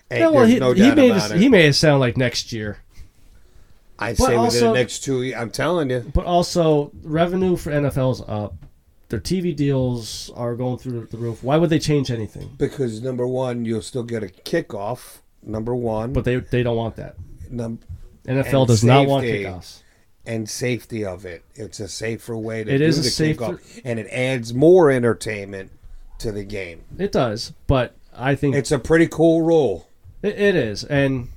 [SPEAKER 2] Hey,
[SPEAKER 1] Yeah, well,
[SPEAKER 2] there's
[SPEAKER 1] he,
[SPEAKER 2] no
[SPEAKER 1] he,
[SPEAKER 2] doubt
[SPEAKER 1] made
[SPEAKER 2] about
[SPEAKER 1] it,
[SPEAKER 2] it.
[SPEAKER 1] he made it sound like next year.
[SPEAKER 2] I'd
[SPEAKER 1] But
[SPEAKER 2] say within
[SPEAKER 1] also-
[SPEAKER 2] the next two. ye- I'm telling you,
[SPEAKER 1] But also, revenue for NFL's up. Their TV deals are going through the roof. Why would they change anything?
[SPEAKER 2] because number one, you'll still get a kickoff. Number one,
[SPEAKER 1] But they they don't want that.
[SPEAKER 2] num-
[SPEAKER 1] NFL
[SPEAKER 2] And
[SPEAKER 1] does not want
[SPEAKER 2] safety.
[SPEAKER 1] kickoffs.
[SPEAKER 2] and safety of it. It's a safer way to
[SPEAKER 1] It
[SPEAKER 2] do
[SPEAKER 1] is a
[SPEAKER 2] the
[SPEAKER 1] safer-
[SPEAKER 2] kickoff, and it adds more entertainment to the game.
[SPEAKER 1] It does, but I think
[SPEAKER 2] It's a pretty cool rule.
[SPEAKER 1] it, it is, and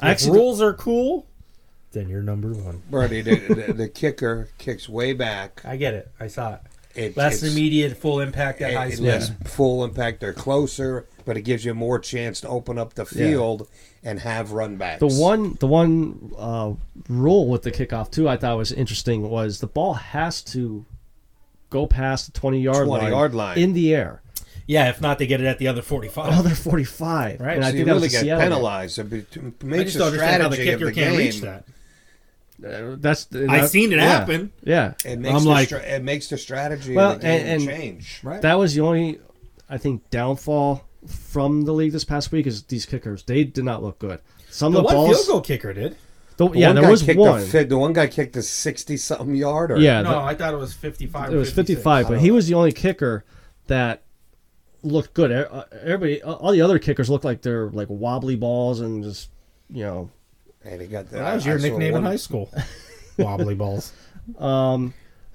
[SPEAKER 1] I
[SPEAKER 4] If
[SPEAKER 1] actually
[SPEAKER 4] rules are cool, then you're number one.
[SPEAKER 2] Brody, the, the, the kicker kicks way back.
[SPEAKER 4] I get it. I saw it.
[SPEAKER 2] It,
[SPEAKER 4] Less
[SPEAKER 2] it's-
[SPEAKER 4] immediate, full impact at
[SPEAKER 2] it-
[SPEAKER 4] high
[SPEAKER 2] it
[SPEAKER 4] speed.
[SPEAKER 2] less full impact. They're closer, but it gives you more chance to open up the field and have run backs.
[SPEAKER 1] the one the one uh, rule with the kickoff too I thought was interesting was the ball has to go past the twenty yard
[SPEAKER 2] 20
[SPEAKER 1] line,
[SPEAKER 2] yard line.
[SPEAKER 1] in the air.
[SPEAKER 4] Yeah, if not, they get it at the other 45.
[SPEAKER 1] Oh, they're forty five,
[SPEAKER 4] Right,
[SPEAKER 1] And I
[SPEAKER 2] So you
[SPEAKER 1] think that was
[SPEAKER 2] really
[SPEAKER 1] the
[SPEAKER 2] get
[SPEAKER 1] Seattle game.
[SPEAKER 2] penalized. It be- t-
[SPEAKER 4] I
[SPEAKER 2] makes
[SPEAKER 4] just
[SPEAKER 2] the
[SPEAKER 4] don't understand how the
[SPEAKER 2] strategy of
[SPEAKER 4] kicker
[SPEAKER 2] the
[SPEAKER 4] can't
[SPEAKER 2] game.
[SPEAKER 4] reach that.
[SPEAKER 1] Uh, That's the-
[SPEAKER 4] I seen it
[SPEAKER 1] yeah.
[SPEAKER 4] happen.
[SPEAKER 1] Yeah,
[SPEAKER 2] It makes
[SPEAKER 4] I'm
[SPEAKER 2] the
[SPEAKER 4] like-
[SPEAKER 2] stra- it makes the strategy
[SPEAKER 1] Well,
[SPEAKER 2] of the game
[SPEAKER 1] and- and-
[SPEAKER 2] change. Right.
[SPEAKER 1] that was the only I think downfall from the league this past week is these kickers. They did not look good. Some
[SPEAKER 4] The
[SPEAKER 1] of the
[SPEAKER 4] one
[SPEAKER 1] balls,
[SPEAKER 4] field goal kicker did.
[SPEAKER 1] the- yeah, there
[SPEAKER 2] guy
[SPEAKER 1] was
[SPEAKER 2] kicked
[SPEAKER 1] one.
[SPEAKER 2] A, fi- the one guy kicked a sixty-something yarder.
[SPEAKER 1] yeah, the-
[SPEAKER 4] No, I thought it was 55.
[SPEAKER 1] it was 55 but he was the only kicker that looked good E- uh, everybody uh, all the other kickers looked like they're like wobbly balls and just you know
[SPEAKER 2] and he got the,
[SPEAKER 4] That was your
[SPEAKER 2] I saw
[SPEAKER 4] nickname in
[SPEAKER 2] one-
[SPEAKER 4] high school. Wobbly balls.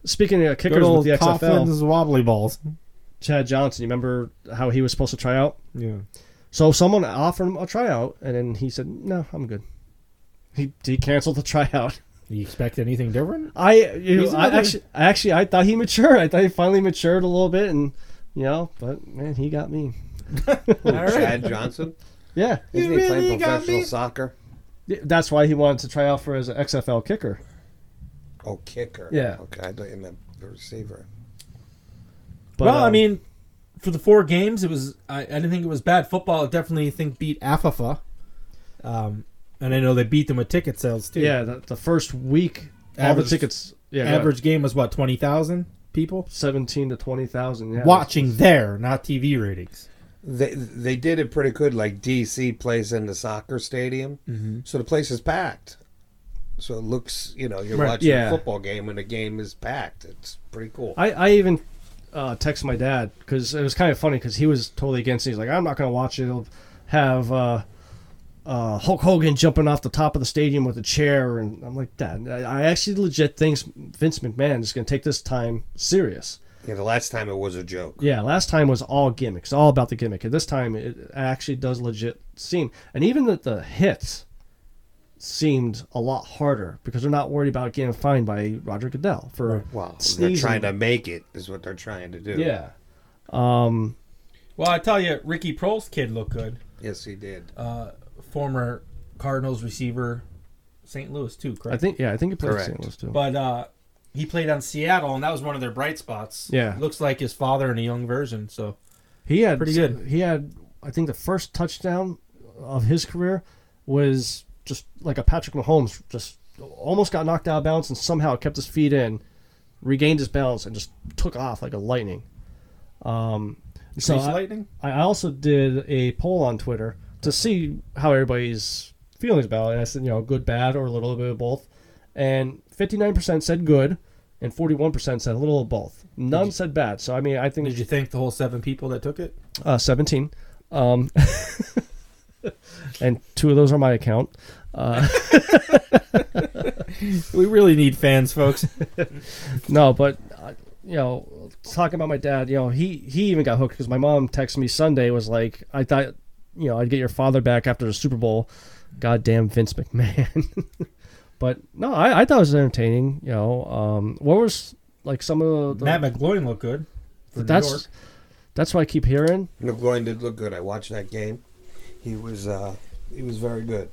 [SPEAKER 1] speaking of kickers
[SPEAKER 4] Good
[SPEAKER 1] with
[SPEAKER 4] old
[SPEAKER 1] the xfl
[SPEAKER 4] Coughlin's wobbly balls.
[SPEAKER 1] chad johnson you remember how he was supposed to try out
[SPEAKER 4] Yeah.
[SPEAKER 1] so someone offered him a tryout and then he said no i'm good he, he canceled the [LAUGHS] tryout
[SPEAKER 4] You expect anything different?
[SPEAKER 1] I, you,
[SPEAKER 4] He's
[SPEAKER 1] I
[SPEAKER 4] another-
[SPEAKER 1] actually, actually, I thought he matured. I thought he finally matured a little bit, and you know, but man, he got me.
[SPEAKER 2] Chad Johnson.
[SPEAKER 1] Yeah,
[SPEAKER 2] Isn't he playing professional soccer?
[SPEAKER 1] that's why he wanted to try out for as an XFL kicker.
[SPEAKER 2] Oh, kicker.
[SPEAKER 1] Yeah.
[SPEAKER 2] Okay, I thought you meant the receiver.
[SPEAKER 1] But,
[SPEAKER 4] well, I
[SPEAKER 1] um,
[SPEAKER 4] mean, for the four games, it was. I, I didn't think it was bad football. It definitely think beat Afafa, um, and I know they beat them with ticket sales too.
[SPEAKER 1] yeah, the, the first week, all the
[SPEAKER 4] Average-
[SPEAKER 1] tickets, yeah, go ahead.
[SPEAKER 4] average game was what twenty thousand people
[SPEAKER 1] seventeen to twenty thousand. Yeah,
[SPEAKER 4] watching there, not TV ratings.
[SPEAKER 2] They they did it pretty good. Like DC plays in the soccer stadium,
[SPEAKER 1] Mm-hmm.
[SPEAKER 2] so the place is packed. So it looks, you know, you're
[SPEAKER 4] Right,
[SPEAKER 2] watching
[SPEAKER 1] yeah.
[SPEAKER 2] a football game and the game is packed. It's pretty cool.
[SPEAKER 1] I, I even uh, texted my dad because it was kind of funny because he was totally against it. He's like, I'm not going to watch it. It'll have uh, uh, Hulk Hogan jumping off the top of the stadium with a chair. And I'm like, Dad, I I actually legit think Vince McMahon is going to take this time serious.
[SPEAKER 2] yeah, the last time it was a joke.
[SPEAKER 1] Yeah, last time was all gimmicks, all about the gimmick. And this time it actually does legit seem. And even that the hits seemed a lot harder because they're not worried about getting fined by Roger Goodell for
[SPEAKER 2] Wow, they're
[SPEAKER 1] sneezing.
[SPEAKER 2] trying to make it is what they're trying to do.
[SPEAKER 1] Yeah.
[SPEAKER 4] Well, I tell you, Ricky Prohl's kid looked good.
[SPEAKER 2] Yes, he did.
[SPEAKER 1] Uh,
[SPEAKER 4] Former Cardinals receiver, St. Louis too. Correct.
[SPEAKER 1] I think yeah, I think it played
[SPEAKER 2] Correct.
[SPEAKER 1] St. Louis too.
[SPEAKER 4] but uh, he played on Seattle, and that was one of their bright spots.
[SPEAKER 1] Yeah.
[SPEAKER 4] looks like his father in a young version. So
[SPEAKER 1] He had
[SPEAKER 4] Pretty good.
[SPEAKER 1] He had, I think, the first touchdown of his career was just like a Patrick Mahomes, just almost got knocked out of bounds and somehow kept his feet in, regained his balance, and just took off like a lightning. Um, so
[SPEAKER 4] Grease
[SPEAKER 1] I,
[SPEAKER 4] lightning.
[SPEAKER 1] I also did a poll on Twitter to see how everybody's feelings about it. And I said, you know, good, bad, or a little bit of both. And 59% said good, and 41% said a little of both. None said bad. So I mean, I think
[SPEAKER 4] Did you thank the whole seven people that took it?
[SPEAKER 1] uh, 17 um, and two of those are my account
[SPEAKER 4] We really need fans, folks.
[SPEAKER 1] no but uh, you know talking about my dad you know he he even got hooked because my mom texted me sunday was like i thought you know i'd get your father back after the super bowl goddamn vince mcmahon [LAUGHS] but no I, I thought it was entertaining you know um, what was like some of the,
[SPEAKER 4] [LAUGHS] Matt McGloin looked good. For
[SPEAKER 1] that's
[SPEAKER 4] New York.
[SPEAKER 1] that's what i keep hearing
[SPEAKER 2] McGloin did look good. I watched that game. He was uh, he was very good.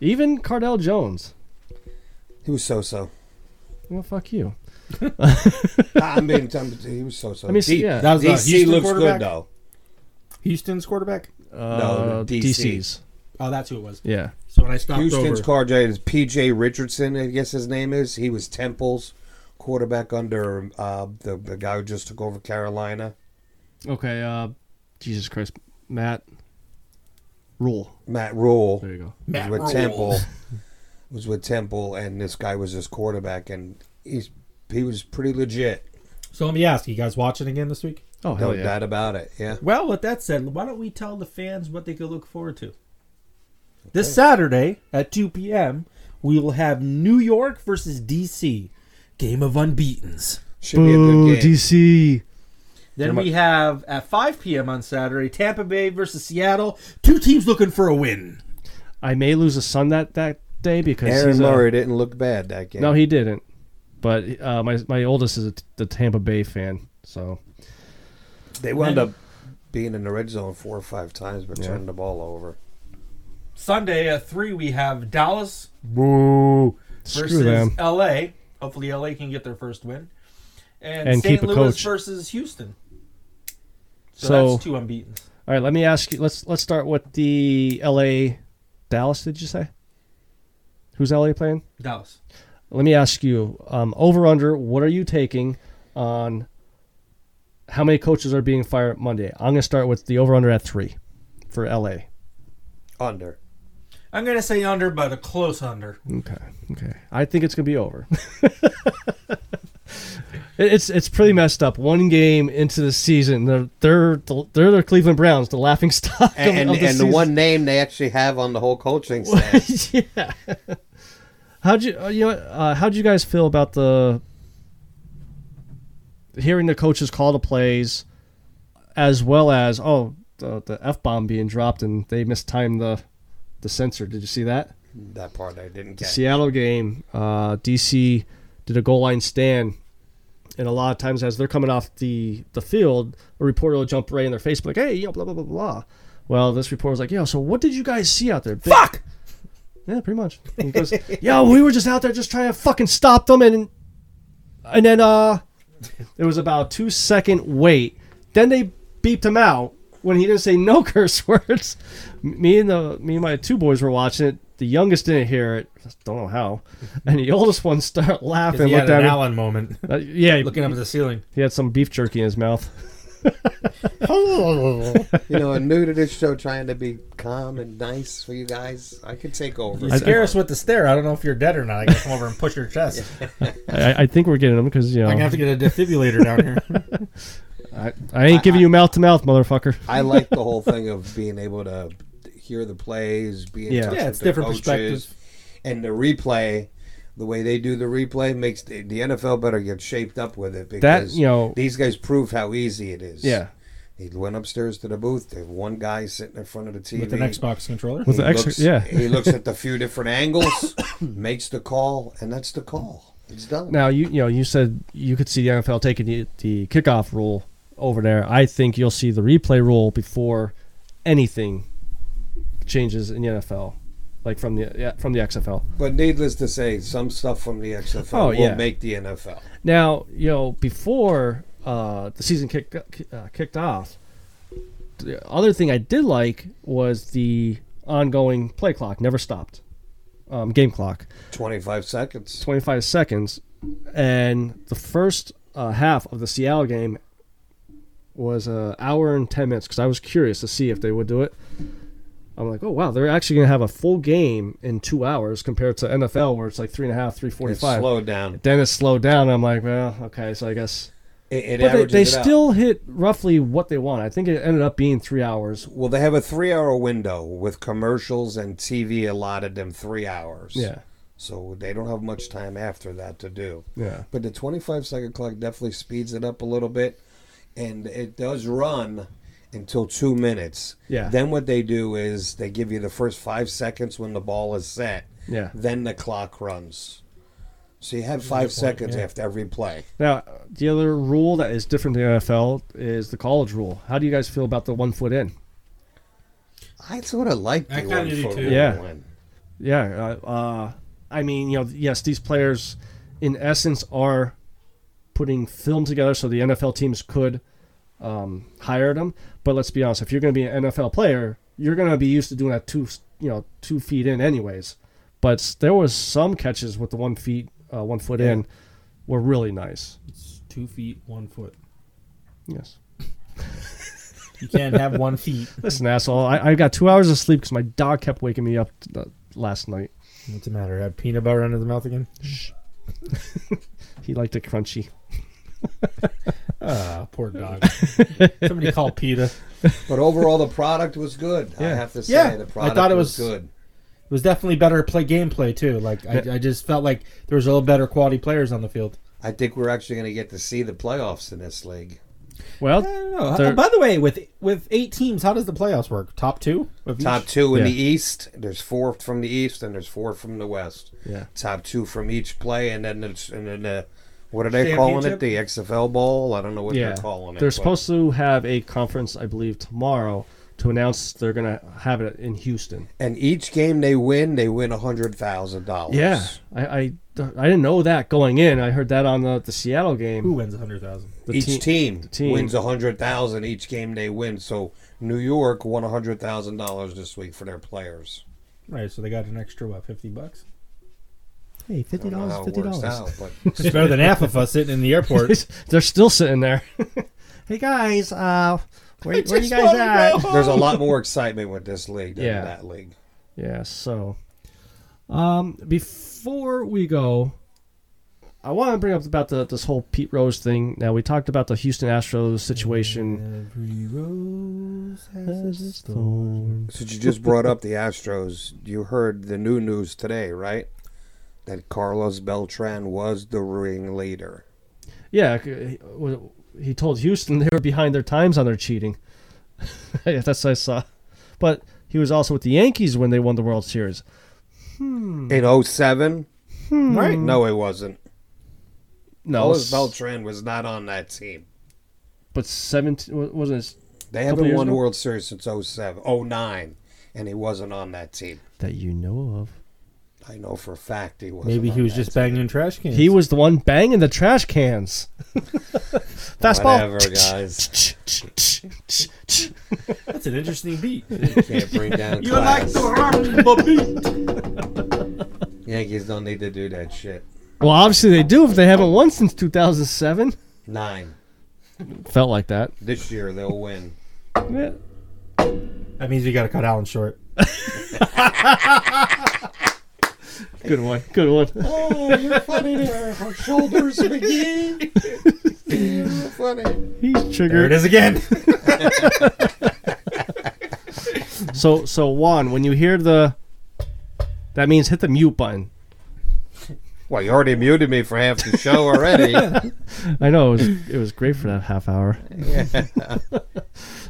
[SPEAKER 1] even cardell jones
[SPEAKER 2] He
[SPEAKER 1] [LAUGHS]
[SPEAKER 2] was so-so.
[SPEAKER 1] you know, fuck you
[SPEAKER 2] I mean, I'm- he was so-so.
[SPEAKER 1] i mean yeah uh,
[SPEAKER 4] That was the
[SPEAKER 2] DC
[SPEAKER 4] Houston
[SPEAKER 2] looks
[SPEAKER 4] quarterback?
[SPEAKER 2] good though.
[SPEAKER 4] Houston's quarterback.
[SPEAKER 1] uh,
[SPEAKER 2] no, DC.
[SPEAKER 1] dc's
[SPEAKER 4] Oh, that's who it was.
[SPEAKER 1] yeah
[SPEAKER 4] So when I stopped
[SPEAKER 2] Houston's
[SPEAKER 4] over,
[SPEAKER 2] car giant is PJ Richardson, I guess his name is. He was Temple's quarterback under uh, the the guy who just took over Carolina?
[SPEAKER 1] Okay, uh, Jesus Christ, Matt Rule.
[SPEAKER 2] Matt Rule
[SPEAKER 1] There you go.
[SPEAKER 2] was with Temple. Was with Temple, and this guy was his quarterback, and he's he was pretty legit.
[SPEAKER 5] So let me ask you guys watching again this week?
[SPEAKER 1] Oh
[SPEAKER 2] No
[SPEAKER 1] hell yeah!
[SPEAKER 2] doubt about it. Yeah.
[SPEAKER 5] Well, with that said, why don't we tell the fans what they could look forward to?
[SPEAKER 4] This Saturday at 2 p.m., we will have New York versus D.C. Game of unbeatens.
[SPEAKER 2] Should be a good game.
[SPEAKER 1] DC.
[SPEAKER 4] Then we have at 5 p.m. on Saturday, Tampa Bay versus Seattle. Two teams looking for a win.
[SPEAKER 1] I may lose a son that that day because
[SPEAKER 2] Aaron
[SPEAKER 1] he's a-
[SPEAKER 2] Murray didn't look bad that game.
[SPEAKER 1] No, he didn't. But uh, my my oldest is a, the Tampa Bay fan, so
[SPEAKER 2] they wound up being in the red zone four or five times, but turned the ball over.
[SPEAKER 4] Sunday at 3, we have Dallas Boo.
[SPEAKER 1] Screw
[SPEAKER 4] versus
[SPEAKER 1] them.
[SPEAKER 4] L.A. Hopefully, L.A. can get their first win. And,
[SPEAKER 1] And
[SPEAKER 4] St.
[SPEAKER 1] keep a
[SPEAKER 4] Louis
[SPEAKER 1] coach.
[SPEAKER 4] versus Houston. So,
[SPEAKER 1] So-
[SPEAKER 4] that's two unbeatens.
[SPEAKER 1] All right, let me ask you. Let's let's start with the L.A. Dallas. Did you say? Who's L.A. playing?
[SPEAKER 4] Dallas.
[SPEAKER 1] Let me ask you. Um, over under. What are you taking on? How many coaches are being fired Monday? I'm going to start with the over under at three for L.A.
[SPEAKER 2] Under.
[SPEAKER 4] I'm going to say under, but a close under.
[SPEAKER 1] Okay. Okay. I think it's going to be over. [LAUGHS] It- it's it's pretty messed up. One game into the season, they're they're the, they're the Cleveland Browns, the laughing stock. of-
[SPEAKER 2] And and,
[SPEAKER 1] of
[SPEAKER 2] the,
[SPEAKER 1] season.
[SPEAKER 2] one name they actually have on the whole
[SPEAKER 1] [LAUGHS]
[SPEAKER 2] coaching staff.
[SPEAKER 1] yeah. How'd you uh, you know uh, how'd you guys feel about the hearing the coaches call the plays, as well as oh the, the f bomb being dropped and they mistimed the the sensor. Did you see that?
[SPEAKER 2] that part I didn't
[SPEAKER 1] The
[SPEAKER 2] get.
[SPEAKER 1] Seattle game, uh, DC did a goal line stand, and a lot of times as they're coming off the the field, a reporter will jump right in their face, be like hey you know blah blah blah blah. Well, this reporter was like, "Yo, so what did you guys see out there?" Big-
[SPEAKER 4] Fuck!
[SPEAKER 1] yeah, pretty much. And he goes, [LAUGHS] "Yo, we were just out there just trying to fucking stop them, and and then uh, there was about two second wait. Then they beeped him out when he didn't say no [LAUGHS] curse words. M- Me and the me and my two boys were watching it. The youngest didn't hear it. Don't
[SPEAKER 5] [LAUGHS]
[SPEAKER 1] know how. And the oldest one started laughing.
[SPEAKER 5] He had
[SPEAKER 1] Looked
[SPEAKER 5] an
[SPEAKER 1] at me.
[SPEAKER 5] Allen
[SPEAKER 4] [LAUGHS]
[SPEAKER 5] moment,
[SPEAKER 1] Uh, yeah, he,
[SPEAKER 5] looking up at the ceiling.
[SPEAKER 1] he had some beef jerky in
[SPEAKER 5] [LAUGHS]
[SPEAKER 1] his mouth.
[SPEAKER 2] You know, and new to this show, trying to be calm and nice for you guys. I could take over.
[SPEAKER 5] You scare us with the stare. I don't know if you're dead or not. I gotta come over and push your
[SPEAKER 4] [LAUGHS]
[SPEAKER 5] chest.
[SPEAKER 1] I, I think we're getting him because you know
[SPEAKER 5] I'm gonna have to get a defibrillator down
[SPEAKER 4] [LAUGHS]
[SPEAKER 5] here.
[SPEAKER 1] I, I ain't giving you mouth to mouth, motherfucker.
[SPEAKER 2] I like the whole thing of being able to hear the plays, be in
[SPEAKER 1] Yeah.
[SPEAKER 2] touch
[SPEAKER 1] Yeah,
[SPEAKER 2] with
[SPEAKER 5] it's
[SPEAKER 2] the
[SPEAKER 5] different
[SPEAKER 2] coaches,
[SPEAKER 5] perspectives.
[SPEAKER 2] and the replay. The way they do the replay makes the, the NFL better get shaped up with
[SPEAKER 1] That
[SPEAKER 2] it because
[SPEAKER 1] you know,
[SPEAKER 2] these guys prove how easy it is.
[SPEAKER 1] yeah.
[SPEAKER 2] he went upstairs to the booth. There's one guy sitting in front of the TV
[SPEAKER 5] With an Xbox controller.
[SPEAKER 1] With the
[SPEAKER 2] He
[SPEAKER 1] extra,
[SPEAKER 2] looks-
[SPEAKER 1] yeah.
[SPEAKER 2] he looks at the few different angles, [COUGHS] makes the call, and that's the call. It's done.
[SPEAKER 1] Now you you know you said you could see the NFL taking the, the kickoff rule over there. I think you'll see the replay rule before anything changes in the NFL, like from the yeah, from the XFL.
[SPEAKER 2] But needless to say, some stuff from the XFL
[SPEAKER 1] Oh,
[SPEAKER 2] will
[SPEAKER 1] yeah.
[SPEAKER 2] make the NFL.
[SPEAKER 1] Now you know before uh, the season kick, uh, kicked off. The other thing I did like was the ongoing play clock never stopped, um, game clock.
[SPEAKER 2] 25 seconds.
[SPEAKER 1] 25 seconds, and the first uh, half of the Seattle game was an hour and 10 minutes because I was curious to see if they would do it. I'm like, oh wow, they're actually gonna have a full game in two hours compared to NFL where it's like three and a half, three
[SPEAKER 2] It's
[SPEAKER 1] forty-five.
[SPEAKER 2] slowed down.
[SPEAKER 1] Then it slowed down. And I'm like, well, okay, so I guess.
[SPEAKER 2] It, it
[SPEAKER 1] But they,
[SPEAKER 2] averages
[SPEAKER 1] they
[SPEAKER 2] it out.
[SPEAKER 1] still hit roughly what they want. I think it ended up being three hours.
[SPEAKER 2] Well, they have a three-hour window with commercials and TV allotted them three hours.
[SPEAKER 1] Yeah,
[SPEAKER 2] So they don't have much time after that to do.
[SPEAKER 1] yeah.
[SPEAKER 2] But the 25 second clock definitely speeds it up a little bit, and it does run until two minutes.
[SPEAKER 1] Yeah.
[SPEAKER 2] Then what they do is they give you the first five seconds when the ball is set.
[SPEAKER 1] Yeah.
[SPEAKER 2] Then the clock runs. So you have five seconds after every play.
[SPEAKER 1] Now the other rule that is different than NFL is the college rule. How do you guys feel about the one foot in?
[SPEAKER 2] I sort of like the
[SPEAKER 5] kinda
[SPEAKER 2] one
[SPEAKER 5] do
[SPEAKER 2] for
[SPEAKER 5] too.
[SPEAKER 1] Yeah.
[SPEAKER 2] one.
[SPEAKER 1] Yeah, uh, uh, I mean, you know, yes, these players, in essence, are putting film together so the NFL teams could um, hire them. But let's be honest, if you're going to be an NFL player, you're going to be used to doing that two, you know, two feet in, anyways. But there was some catches with the one feet, uh, one foot in, were really nice.
[SPEAKER 4] It's two feet, one foot.
[SPEAKER 1] Yes.
[SPEAKER 9] You can't have one
[SPEAKER 4] [LAUGHS]
[SPEAKER 9] feet.
[SPEAKER 1] Listen, asshole, I, I got two hours of sleep because my dog kept waking me up th- last night.
[SPEAKER 4] What's the matter? Have peanut butter under the mouth again?
[SPEAKER 1] He liked it crunchy.
[SPEAKER 4] Ah, poor dog. Somebody call PETA. It
[SPEAKER 2] But overall, the product was good. I have to say,
[SPEAKER 4] Yeah.
[SPEAKER 2] the
[SPEAKER 4] I
[SPEAKER 2] product
[SPEAKER 4] thought it
[SPEAKER 2] was,
[SPEAKER 4] was-
[SPEAKER 2] good.
[SPEAKER 4] was definitely better play gameplay too. Like I, I just felt like there was a little better quality players on the field.
[SPEAKER 2] I think we're actually going to get to see the playoffs in this league.
[SPEAKER 1] Well,
[SPEAKER 4] I don't know.
[SPEAKER 1] They're-
[SPEAKER 4] By the way, with with eight teams, how does the playoffs work? Top two? Of each?
[SPEAKER 2] Top two in
[SPEAKER 1] Yeah.
[SPEAKER 2] the East. There's four from the East, and there's four from the West.
[SPEAKER 1] Yeah.
[SPEAKER 2] Top two from each play, and then it's and then the what are they calling it? The XFL Bowl. I don't know what
[SPEAKER 1] yeah,
[SPEAKER 2] they're calling it.
[SPEAKER 1] they're
[SPEAKER 2] but-
[SPEAKER 1] supposed to have a conference, I believe, tomorrow to announce they're gonna have it in Houston.
[SPEAKER 2] And each game they win, they win a hundred thousand dollars.
[SPEAKER 1] Yeah, I, I I didn't know that going in. I heard that on the, the Seattle game.
[SPEAKER 4] Who wins a hundred thousand?
[SPEAKER 1] The
[SPEAKER 2] each
[SPEAKER 1] team-
[SPEAKER 2] team,
[SPEAKER 1] team.
[SPEAKER 2] wins a hundred thousand each game they win. So New York won a hundred thousand dollars this week for their players.
[SPEAKER 4] Right, so they got an extra what, fifty bucks?
[SPEAKER 9] Hey,
[SPEAKER 2] I
[SPEAKER 9] fifty
[SPEAKER 2] don't know
[SPEAKER 9] dollars,
[SPEAKER 2] how it
[SPEAKER 9] fifty
[SPEAKER 2] works
[SPEAKER 9] dollars.
[SPEAKER 2] out, but
[SPEAKER 4] It's better than half of us sitting in the airport.
[SPEAKER 1] [LAUGHS] They're still sitting there. hey guys, uh, where, where you guys at?
[SPEAKER 2] there's a lot more excitement with this league than
[SPEAKER 1] Yeah.
[SPEAKER 2] that league.
[SPEAKER 1] Yeah, so um, before we go, I want to bring up about the, this whole Pete Rose thing. Now we talked about the Houston Astros situation.
[SPEAKER 4] Every rose has its
[SPEAKER 2] Since you just brought up the Astros, you heard the new news today, right? That Carlos Beltran was the ringleader.
[SPEAKER 1] Yeah, c- he- he told Houston [LAUGHS] they were behind their times on their cheating. [LAUGHS] Yeah, That's what I saw. But he was also with the Yankees when they won the World Series.
[SPEAKER 2] In 07? Right. No, it wasn't.
[SPEAKER 1] No,
[SPEAKER 2] Carlos
[SPEAKER 1] s-
[SPEAKER 2] Beltran was not on that team.
[SPEAKER 1] but seventeen wa- wasn't. It,
[SPEAKER 2] They
[SPEAKER 1] Couple
[SPEAKER 2] haven't
[SPEAKER 1] years
[SPEAKER 2] won
[SPEAKER 1] ago?
[SPEAKER 2] World Series since 07, 09, and he wasn't on that team.
[SPEAKER 1] that you know of.
[SPEAKER 2] I know for a fact he was.
[SPEAKER 4] [LAUGHS] Maybe he was just banging trash cans.
[SPEAKER 1] He was the one banging the trash cans. [LAUGHS] Fastball. [LAUGHS]
[SPEAKER 2] Whatever, guys.
[SPEAKER 4] That's an interesting beat.
[SPEAKER 2] Can't bring down class.
[SPEAKER 4] beat.
[SPEAKER 2] Yankees don't need to do that shit.
[SPEAKER 1] Well, obviously they do if they haven't won since 2007.
[SPEAKER 2] Nine.
[SPEAKER 1] Felt like that.
[SPEAKER 2] This year they'll win.
[SPEAKER 1] Yeah.
[SPEAKER 4] That means we got to cut Alan short.
[SPEAKER 1] Good one. Good one. [LAUGHS]
[SPEAKER 2] Oh, you're funny there. Our shoulders begin. You're funny.
[SPEAKER 1] He's
[SPEAKER 4] There it
[SPEAKER 1] triggered.
[SPEAKER 4] is again.
[SPEAKER 1] So, so Juan, when you hear the, that means hit the mute button.
[SPEAKER 2] Well, you already muted me for half the show
[SPEAKER 1] [LAUGHS]
[SPEAKER 2] already.
[SPEAKER 1] I know it was, it was great for that half hour.
[SPEAKER 4] [LAUGHS]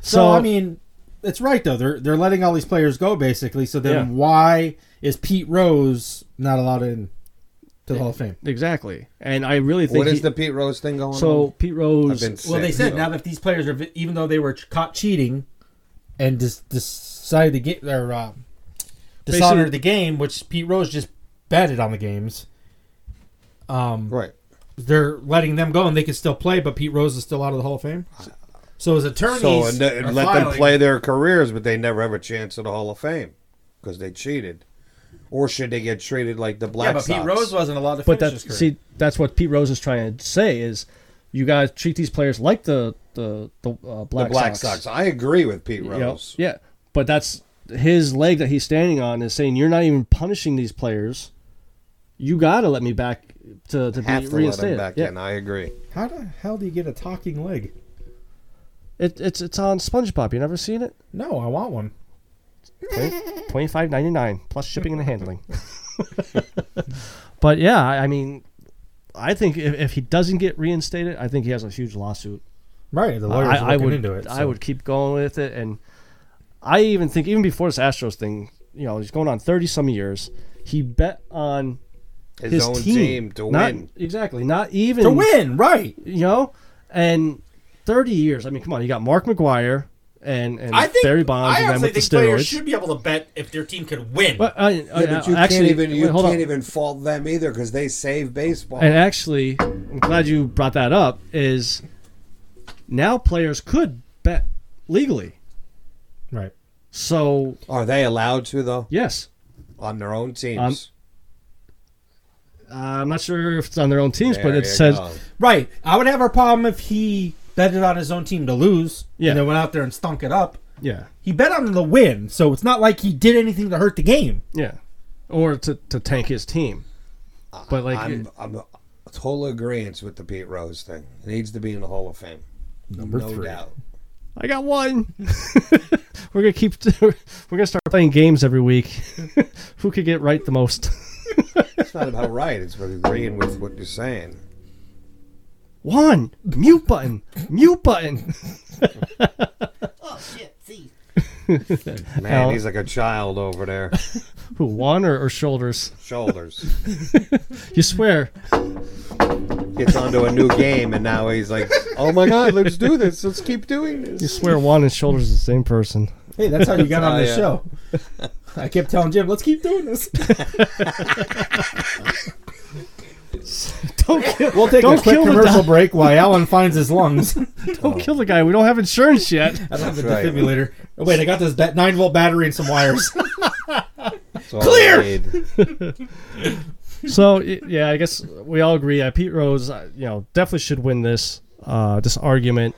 [SPEAKER 4] So, I mean, it's right though. They're they're letting all these players go basically. So then
[SPEAKER 1] Yeah.
[SPEAKER 4] why is Pete Rose not allowed in to the Hall of Fame?
[SPEAKER 1] exactly. And I really think
[SPEAKER 2] what is
[SPEAKER 1] he-
[SPEAKER 2] the Pete Rose thing going
[SPEAKER 1] so
[SPEAKER 2] on?
[SPEAKER 1] Pete Rose.
[SPEAKER 2] I've been
[SPEAKER 4] Well, they
[SPEAKER 2] sick,
[SPEAKER 4] said
[SPEAKER 2] so-
[SPEAKER 4] now that these players are, even though they were ch- caught cheating, and dis- decided to get their uh, dishonored the game, which Pete Rose just batted on the games. Um,
[SPEAKER 2] Right.
[SPEAKER 4] they're letting them go, and they can still play, but Pete Rose is still out of the Hall of Fame. So his attorneys
[SPEAKER 2] So and,
[SPEAKER 1] uh,
[SPEAKER 2] th-
[SPEAKER 4] are
[SPEAKER 2] and let them
[SPEAKER 4] filing-
[SPEAKER 2] play their careers, but they never have a chance at the Hall of Fame because they cheated. Or should they get treated like the Black
[SPEAKER 4] Yeah, but
[SPEAKER 2] Sox?
[SPEAKER 4] Pete Rose wasn't allowed to
[SPEAKER 1] but
[SPEAKER 4] finish
[SPEAKER 1] that
[SPEAKER 4] his career.
[SPEAKER 1] see that's what Pete Rose is trying to say is, you guys treat these players like the the the uh,
[SPEAKER 2] the
[SPEAKER 1] Black,
[SPEAKER 2] Black
[SPEAKER 1] Sox.
[SPEAKER 2] Sox. I agree with Pete
[SPEAKER 1] You know,
[SPEAKER 2] Rose.
[SPEAKER 1] yeah, but that's his leg that he's standing on is saying you're not even punishing these players. You got to let me back to, to be
[SPEAKER 2] Have to let him
[SPEAKER 1] reinstated.
[SPEAKER 2] back
[SPEAKER 1] yeah.
[SPEAKER 2] in. I agree.
[SPEAKER 4] How the hell do you get a talking leg?
[SPEAKER 1] It, it's it's on SpongeBob. You never seen it?
[SPEAKER 4] No, I want one.
[SPEAKER 1] Twenty five ninety nine plus shipping and handling. [LAUGHS] but yeah, I I mean, I think if, if he doesn't get reinstated, I think he has a huge lawsuit.
[SPEAKER 4] Right, the lawyers
[SPEAKER 1] I,
[SPEAKER 4] are
[SPEAKER 1] I
[SPEAKER 4] looking
[SPEAKER 1] would
[SPEAKER 4] into it.
[SPEAKER 1] I
[SPEAKER 4] so.
[SPEAKER 1] would keep going with it, and I even think even before this Astros thing, you know, he's going on thirty some years. He bet on
[SPEAKER 2] His,
[SPEAKER 1] his
[SPEAKER 2] own team,
[SPEAKER 1] team,
[SPEAKER 2] to
[SPEAKER 1] not,
[SPEAKER 2] win.
[SPEAKER 1] Exactly, not even
[SPEAKER 4] to win, right?
[SPEAKER 1] You know, and thirty years. I mean, come on, you got Mark McGuire and and
[SPEAKER 4] I think
[SPEAKER 1] Barry Bonds,
[SPEAKER 4] I
[SPEAKER 1] and then
[SPEAKER 4] honestly
[SPEAKER 1] with the
[SPEAKER 4] think players
[SPEAKER 1] steroids.
[SPEAKER 4] should be able to bet if their team could win.
[SPEAKER 1] but, I- I-
[SPEAKER 2] Yeah, but
[SPEAKER 1] actually,
[SPEAKER 2] you can't even you
[SPEAKER 1] wait, hold
[SPEAKER 2] can't
[SPEAKER 1] on.
[SPEAKER 2] even fault them either because they save baseball.
[SPEAKER 1] And actually, I'm glad you brought that up. Is now players could bet legally.
[SPEAKER 4] right.
[SPEAKER 1] So
[SPEAKER 2] Are they allowed to though
[SPEAKER 1] yes,
[SPEAKER 2] on their own teams?
[SPEAKER 1] Um, Uh, I'm not sure if it's on their own teams, but
[SPEAKER 2] There
[SPEAKER 1] it
[SPEAKER 2] you
[SPEAKER 1] says
[SPEAKER 2] go.
[SPEAKER 4] Right. I would have a problem if he betted on his own team to lose.
[SPEAKER 1] Yeah.
[SPEAKER 4] And then went out there and stunk it up.
[SPEAKER 1] yeah,
[SPEAKER 4] He bet on the win, so it's not like he did anything to hurt the game.
[SPEAKER 1] yeah, or to, to tank his team. But like,
[SPEAKER 2] I'm, I'm total agreement with the Pete Rose thing. It needs to be in the Hall of Fame. Number no
[SPEAKER 5] three.
[SPEAKER 2] doubt.
[SPEAKER 1] I got one. [LAUGHS] we're gonna keep. [LAUGHS] we're gonna start playing games every week. [LAUGHS] Who could get right the most? [LAUGHS]
[SPEAKER 2] It's not about right. It's about agreeing with what
[SPEAKER 1] [LAUGHS]
[SPEAKER 2] you're saying.
[SPEAKER 1] One mute button. Mute button. [LAUGHS]
[SPEAKER 2] Man,
[SPEAKER 1] Al-
[SPEAKER 2] he's like a child over there.
[SPEAKER 1] Who one or, or shoulders?
[SPEAKER 2] Shoulders.
[SPEAKER 1] You swear.
[SPEAKER 2] Gets onto a new game, and now he's like, oh my God, let's do this. Let's keep doing
[SPEAKER 1] You
[SPEAKER 2] this.
[SPEAKER 1] swear one and shoulders is the same person.
[SPEAKER 4] Hey, that's how you got
[SPEAKER 1] [LAUGHS]
[SPEAKER 4] on
[SPEAKER 2] Oh,
[SPEAKER 4] this
[SPEAKER 2] yeah.
[SPEAKER 4] show. I kept telling Jim, let's keep doing this. [LAUGHS]
[SPEAKER 1] Don't kill,
[SPEAKER 4] We'll take
[SPEAKER 1] Don't
[SPEAKER 4] a quick
[SPEAKER 1] kill the
[SPEAKER 4] commercial
[SPEAKER 1] dog.
[SPEAKER 4] break while Alan finds
[SPEAKER 1] [LAUGHS]
[SPEAKER 4] his lungs.
[SPEAKER 2] Oh.
[SPEAKER 1] don't kill the guy. We don't have insurance yet. [LAUGHS]
[SPEAKER 4] I don't have a
[SPEAKER 2] right.
[SPEAKER 4] defibrillator. Oh, wait, I got this bat- 9 volt battery and some
[SPEAKER 1] [LAUGHS]
[SPEAKER 4] wires.
[SPEAKER 2] That's all I need.
[SPEAKER 1] so y- yeah, I guess we all agree. Yeah, Pete Rose, uh, you know, definitely should win this uh, this argument.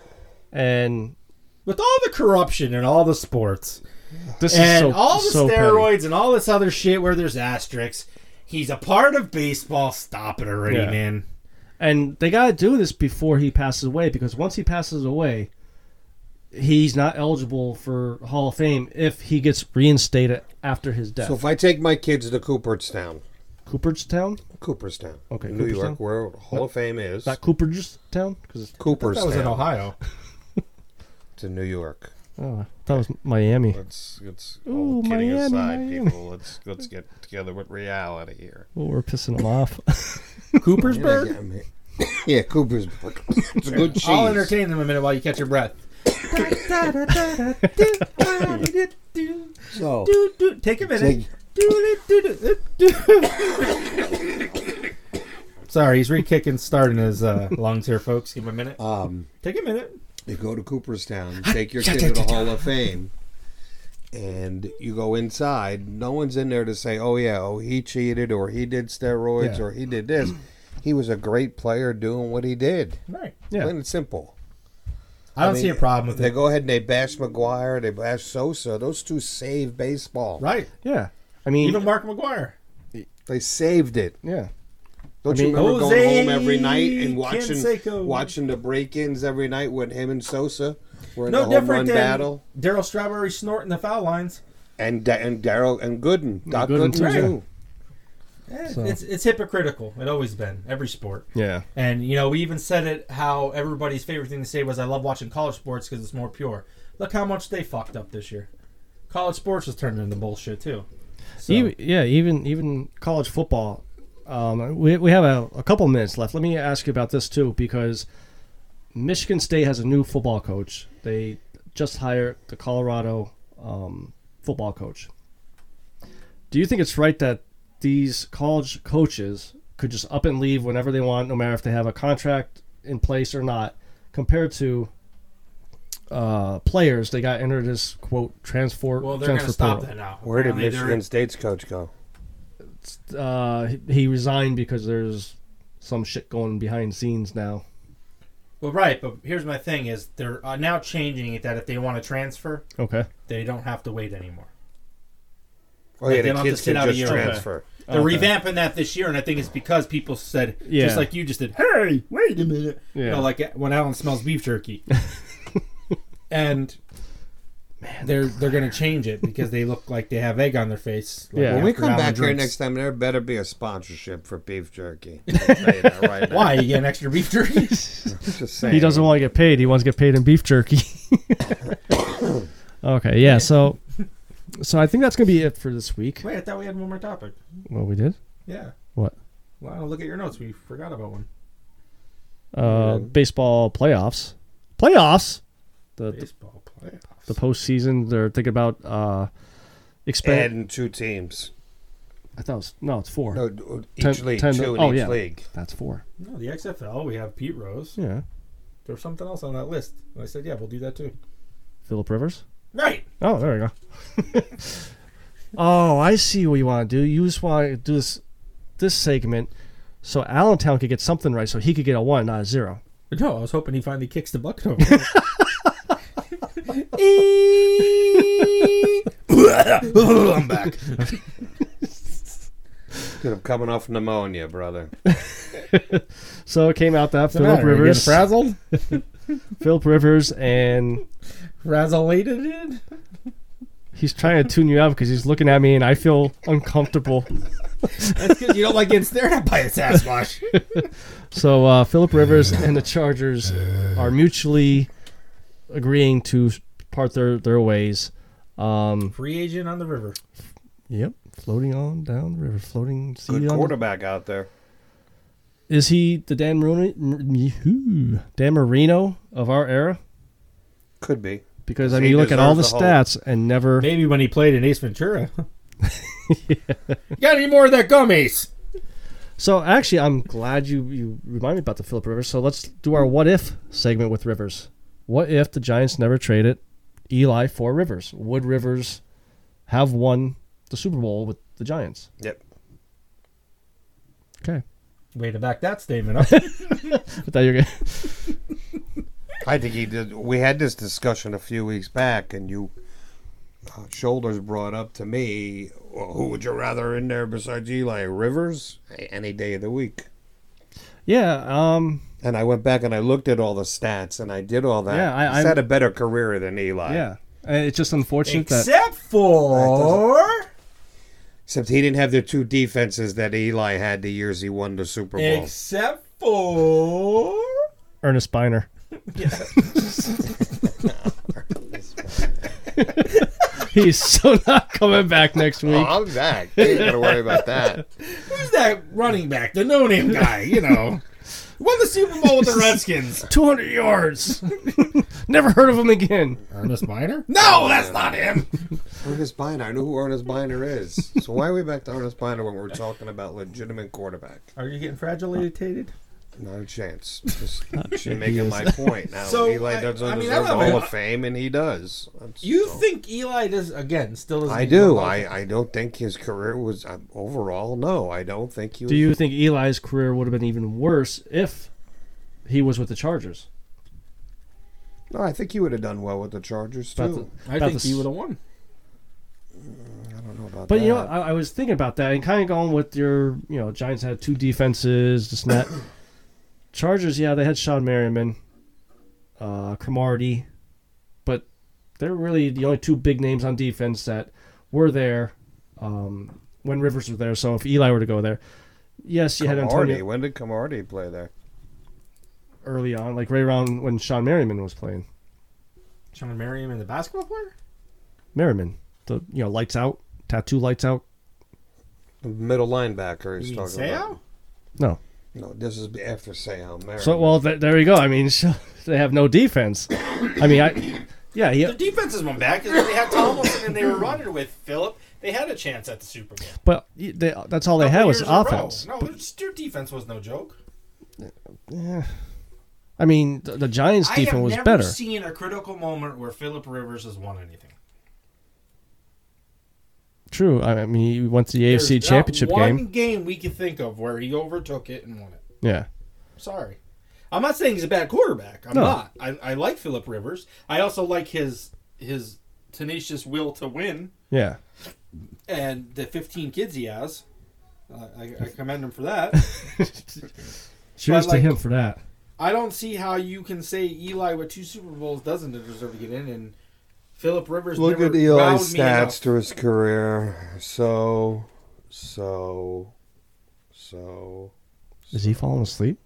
[SPEAKER 1] And
[SPEAKER 4] With all the corruption in all the sports
[SPEAKER 1] this is
[SPEAKER 4] and
[SPEAKER 1] so
[SPEAKER 4] all the
[SPEAKER 1] so petty.
[SPEAKER 4] steroids and all this other shit where there's asterisks, he's a part of baseball. Stop it already,
[SPEAKER 1] Yeah.
[SPEAKER 4] man.
[SPEAKER 1] And they got to do this before he passes away because once he passes away, he's not eligible for Hall of Fame if he gets reinstated after his death.
[SPEAKER 2] So if I take my kids to Cooperstown,
[SPEAKER 1] Cooperstown?
[SPEAKER 2] Cooperstown,
[SPEAKER 1] Okay,
[SPEAKER 2] New
[SPEAKER 1] Cooperstown?
[SPEAKER 2] York, where Hall of Fame is,
[SPEAKER 1] Not Cooperstown? Because
[SPEAKER 4] That was in
[SPEAKER 2] Cooperstown
[SPEAKER 4] Ohio.
[SPEAKER 2] to New York.
[SPEAKER 1] oh, that was Miami.
[SPEAKER 2] Let's let's
[SPEAKER 1] Ooh,
[SPEAKER 2] all kidding
[SPEAKER 1] Miami,
[SPEAKER 2] aside,
[SPEAKER 1] Miami.
[SPEAKER 2] people. Let's let's get together with reality here.
[SPEAKER 1] Oh, we're pissing him off.
[SPEAKER 4] Coopersburg?
[SPEAKER 2] [COUGHS] Yeah, Coopersburg. [LAUGHS] It's a good cheese.
[SPEAKER 4] [LAUGHS] I'll entertain them a minute while you catch your breath. [LAUGHS]
[SPEAKER 2] So
[SPEAKER 4] Do, do, Take a minute.
[SPEAKER 2] Take-
[SPEAKER 4] Do, do, do, do, do. Sorry, he's re-kicking, starting his uh, lungs here, folks. Give him a minute.
[SPEAKER 2] um,
[SPEAKER 4] Take a minute.
[SPEAKER 2] you go to Cooperstown, take your kid to the Hall of Fame, and you go inside. No one's in there to say, "Oh yeah, oh he cheated, or he did steroids,
[SPEAKER 1] Yeah.
[SPEAKER 2] or he did this." He was a great player doing what he did.
[SPEAKER 4] Right.
[SPEAKER 1] Yeah.
[SPEAKER 2] Plain and simple.
[SPEAKER 4] I don't
[SPEAKER 2] mean,
[SPEAKER 4] see a problem with
[SPEAKER 2] They
[SPEAKER 4] it.
[SPEAKER 2] go ahead and they bash McGuire, they bash Sosa. Those two saved baseball.
[SPEAKER 4] Right.
[SPEAKER 1] [LAUGHS] yeah. I mean,
[SPEAKER 4] Even Mark McGuire.
[SPEAKER 2] They saved it.
[SPEAKER 1] yeah.
[SPEAKER 2] Don't
[SPEAKER 1] I mean-
[SPEAKER 2] you remember
[SPEAKER 4] Jose
[SPEAKER 2] going home every night and watching
[SPEAKER 4] Canseco.
[SPEAKER 2] watching the break-ins every night when him and Sosa were in
[SPEAKER 4] No
[SPEAKER 2] the home run
[SPEAKER 4] different than
[SPEAKER 2] battle
[SPEAKER 4] Daryl Strawberry snorting the foul lines.
[SPEAKER 2] and Da- and Daryl and Gooden, Doc
[SPEAKER 1] Gooden
[SPEAKER 2] Gooden,
[SPEAKER 1] too.
[SPEAKER 2] too.
[SPEAKER 4] Eh, It's it's hypocritical. It always been every sport.
[SPEAKER 1] Yeah.
[SPEAKER 4] And you know, we even said it how everybody's favorite thing to say was, "I love watching college sports because it's more pure." Look how much they fucked up this year. College sports was turned into bullshit too. So,
[SPEAKER 1] Even, yeah, even even college football. Um, we, we have a, a couple minutes left. Let me ask you about this too, because Michigan State has a new football coach. They just hired the Colorado um, football coach. Do you think it's right that these college coaches could just up and leave whenever they want, no matter if they have a contract in place or not, compared to uh, players they got entered as quote transfer
[SPEAKER 4] well, they're going
[SPEAKER 1] transfer
[SPEAKER 4] to stop
[SPEAKER 1] portal?
[SPEAKER 4] that now.
[SPEAKER 2] Where did
[SPEAKER 4] Apparently they're-
[SPEAKER 2] Michigan State's coach go?
[SPEAKER 1] uh, he- he resigned because there's some shit going behind scenes now.
[SPEAKER 4] Well, right, but here's my thing: is they're uh, now changing it that if they want to transfer,
[SPEAKER 1] Okay.
[SPEAKER 4] they don't have to wait anymore.
[SPEAKER 2] Oh yeah,
[SPEAKER 4] They don't
[SPEAKER 2] the
[SPEAKER 4] have
[SPEAKER 2] kids
[SPEAKER 4] to sit
[SPEAKER 2] can
[SPEAKER 4] out a
[SPEAKER 2] just
[SPEAKER 4] year.
[SPEAKER 2] transfer.
[SPEAKER 4] They're revamping that this year, and I think it's because people said,
[SPEAKER 1] Yeah.
[SPEAKER 4] just like you just did, hey, wait a minute. You
[SPEAKER 1] Yeah.
[SPEAKER 4] know, like uh, when Alan smells beef [LAUGHS] jerky. and they're they're going to change it because they look like they have egg on their face. like
[SPEAKER 1] Yeah.
[SPEAKER 4] after
[SPEAKER 1] When
[SPEAKER 2] When we come
[SPEAKER 4] Alan
[SPEAKER 2] back here
[SPEAKER 4] drinks.
[SPEAKER 2] next time, there better be a sponsorship for beef
[SPEAKER 4] [LAUGHS]
[SPEAKER 2] jerky. I'll tell you that right now.
[SPEAKER 4] Why? You get an extra
[SPEAKER 2] [LAUGHS]
[SPEAKER 4] beef jerky?
[SPEAKER 2] Just saying.
[SPEAKER 1] He doesn't want to get paid. He wants to get paid in beef jerky. [LAUGHS] okay. Yeah. So, so I think that's gonna be it for this week.
[SPEAKER 4] wait, I thought we had one more topic.
[SPEAKER 1] Well, we did.
[SPEAKER 4] Yeah.
[SPEAKER 1] What?
[SPEAKER 4] Wow, look at your notes. We forgot about one.
[SPEAKER 1] Uh, baseball playoffs. Playoffs. The the,
[SPEAKER 4] Baseball playoffs.
[SPEAKER 1] the postseason. They're thinking about uh, expand.
[SPEAKER 2] And two teams.
[SPEAKER 1] I thought it was no. It's four.
[SPEAKER 2] No, d- oh, each
[SPEAKER 1] Ten-
[SPEAKER 2] league,
[SPEAKER 1] ten-
[SPEAKER 2] two in
[SPEAKER 1] oh,
[SPEAKER 2] each
[SPEAKER 1] yeah.
[SPEAKER 2] league.
[SPEAKER 1] That's four.
[SPEAKER 4] No, the XFL, we have Pete Rose.
[SPEAKER 1] Yeah.
[SPEAKER 4] There's something else on that list. And I said, yeah, we'll do that too.
[SPEAKER 1] Philip Rivers.
[SPEAKER 4] Right.
[SPEAKER 1] Oh, there we go. [LAUGHS] oh, I see what you want to do. You just want to do this this segment so Allentown could get something right, so he could get a one, not a zero.
[SPEAKER 4] No, I was hoping he finally kicks the bucket [LAUGHS] over. I'm back.
[SPEAKER 2] Could have coming off pneumonia, brother.
[SPEAKER 1] So it came out that Philip
[SPEAKER 4] Matter, you get
[SPEAKER 1] Rivers,
[SPEAKER 4] frazzled,
[SPEAKER 1] Philip Rivers, and
[SPEAKER 4] frazzled.
[SPEAKER 1] he's trying to tune you out because he's looking at me and I feel uncomfortable.
[SPEAKER 4] That's because you don't like getting stared at by a Sasquatch.
[SPEAKER 1] So uh, Philip Rivers and the Chargers are mutually agreeing to part their their ways. Um,
[SPEAKER 4] Free agent on the river.
[SPEAKER 1] yep, floating on down the river, floating. Sea
[SPEAKER 2] Good
[SPEAKER 1] on the-
[SPEAKER 2] quarterback out there.
[SPEAKER 1] Is he the Dan Marino, who- Dan Marino of our era?
[SPEAKER 2] Could be.
[SPEAKER 1] Because I
[SPEAKER 2] He
[SPEAKER 1] mean, you look at all the
[SPEAKER 2] deserves the
[SPEAKER 1] stats and never.
[SPEAKER 4] Maybe when he played in Ace [LAUGHS] Ventura. You got any more of that gum, Ace?
[SPEAKER 1] So actually, I'm glad you you remind me about the Philip Rivers. So let's do our what if segment with Rivers. What if the Giants never traded Eli for Rivers? Would Rivers have won the Super Bowl with the Giants?
[SPEAKER 2] Yep.
[SPEAKER 1] Okay,
[SPEAKER 4] Way to back that statement [LAUGHS] up.
[SPEAKER 1] I thought you were gonna- [LAUGHS]
[SPEAKER 2] I think he did. We had this discussion a few weeks back, and you uh, shoulders brought up to me, well, who would you rather in there besides Eli Rivers any day of the week?
[SPEAKER 1] yeah. Um,
[SPEAKER 2] And I went back and I looked at all the stats and I did all that.
[SPEAKER 1] Yeah, I-
[SPEAKER 2] He's
[SPEAKER 1] I-
[SPEAKER 2] had a better career than Eli.
[SPEAKER 1] yeah. Uh, It's just unfortunate that
[SPEAKER 4] Except for
[SPEAKER 2] Except he didn't have the two defenses that Eli had the years he won the Super Bowl.
[SPEAKER 4] Except for
[SPEAKER 1] Ernest Biner. [LAUGHS] He's so not coming back next week.
[SPEAKER 2] Oh, I'm back. You ain't gotta worry about that.
[SPEAKER 4] who's that running back, the no-name guy? You [LAUGHS] know, won the Super Bowl with the [LAUGHS] Redskins.
[SPEAKER 1] 200 yards. Never heard of him again.
[SPEAKER 4] Ernest Miner? No, that's not him.
[SPEAKER 2] Ernest Biner. I know [LAUGHS] who Ernest Biner is. So why are we back to Ernest Biner when we're talking about legitimate quarterback?
[SPEAKER 4] Are you getting fragilated?
[SPEAKER 2] Not
[SPEAKER 1] [LAUGHS]
[SPEAKER 2] a chance. Just you're making my point. Now
[SPEAKER 4] So,
[SPEAKER 2] Eli
[SPEAKER 4] I-
[SPEAKER 2] doesn't
[SPEAKER 4] I mean, I
[SPEAKER 2] deserve the
[SPEAKER 4] don't know.
[SPEAKER 2] Hall of Fame, and he does. That's-
[SPEAKER 4] You think Eli does again? Still is.
[SPEAKER 2] I do. I, I don't think his career was um, overall. No, I don't think he. Was,
[SPEAKER 1] Do you think Eli's career would have been even worse if he was with the Chargers?
[SPEAKER 2] No, I think he would have done well with the Chargers
[SPEAKER 1] About
[SPEAKER 2] too.
[SPEAKER 1] the-
[SPEAKER 4] I
[SPEAKER 1] about
[SPEAKER 4] think
[SPEAKER 1] the-
[SPEAKER 4] he would have won.
[SPEAKER 2] I don't know about
[SPEAKER 1] But
[SPEAKER 2] that.
[SPEAKER 1] you know, I, I was thinking about that and kind of going with your, you know, Giants had two defenses, this and that. Chargers, yeah, they had Sean Merriman, uh, Cromartie, but they're really the only two big names on defense that were there um, when Rivers was there. So if Eli were to go there, yes, you had
[SPEAKER 2] Camardi.
[SPEAKER 1] Antonio
[SPEAKER 2] When did Camardi play there?
[SPEAKER 1] early on, like right around when Sean Merriman was playing.
[SPEAKER 4] Sean Merriam and the basketball player.
[SPEAKER 1] Merriman, the you know, lights out, tattoo lights out.
[SPEAKER 2] The middle linebacker. He's
[SPEAKER 4] You mean
[SPEAKER 2] talking
[SPEAKER 4] Seau?
[SPEAKER 2] about.
[SPEAKER 1] No,
[SPEAKER 2] No, this is after Seau. Merriman.
[SPEAKER 1] So well, th- there you go. I mean, [LAUGHS] they have no defense. I mean, I yeah,
[SPEAKER 4] The
[SPEAKER 1] yeah.
[SPEAKER 4] defenses went back because they had Tomlinson and they were running with Philip. They had a chance at the Super Bowl.
[SPEAKER 1] But y- they, that's all they had was
[SPEAKER 4] Years in a row.
[SPEAKER 1] offense.
[SPEAKER 4] No, their- their defense was no joke.
[SPEAKER 1] I mean, the, the Giants'
[SPEAKER 4] I have
[SPEAKER 1] defense was
[SPEAKER 4] never
[SPEAKER 1] better.
[SPEAKER 4] seen a critical moment where Philip Rivers has won anything.
[SPEAKER 1] True. I mean, he went to the AFC
[SPEAKER 4] There's not
[SPEAKER 1] Championship
[SPEAKER 4] one
[SPEAKER 1] game.
[SPEAKER 4] game we can think of where he overtook it and won it.
[SPEAKER 1] Yeah.
[SPEAKER 4] Sorry. I'm not saying he's a bad quarterback. I'm
[SPEAKER 1] No.
[SPEAKER 4] not. I, I like Philip Rivers. I also like his his tenacious will to win
[SPEAKER 1] Yeah.
[SPEAKER 4] and the 15 kids he has. Uh, I, I commend him for that.
[SPEAKER 1] Cheers to
[SPEAKER 4] like-
[SPEAKER 1] him for that.
[SPEAKER 4] I don't see how you can say Eli with two Super Bowls doesn't deserve to get in, and Philip Rivers.
[SPEAKER 2] Look
[SPEAKER 4] never
[SPEAKER 2] at Eli's
[SPEAKER 4] wowed me enough.
[SPEAKER 2] stats to his career. So, so,
[SPEAKER 4] [LAUGHS]
[SPEAKER 2] so.
[SPEAKER 1] Is he falling asleep?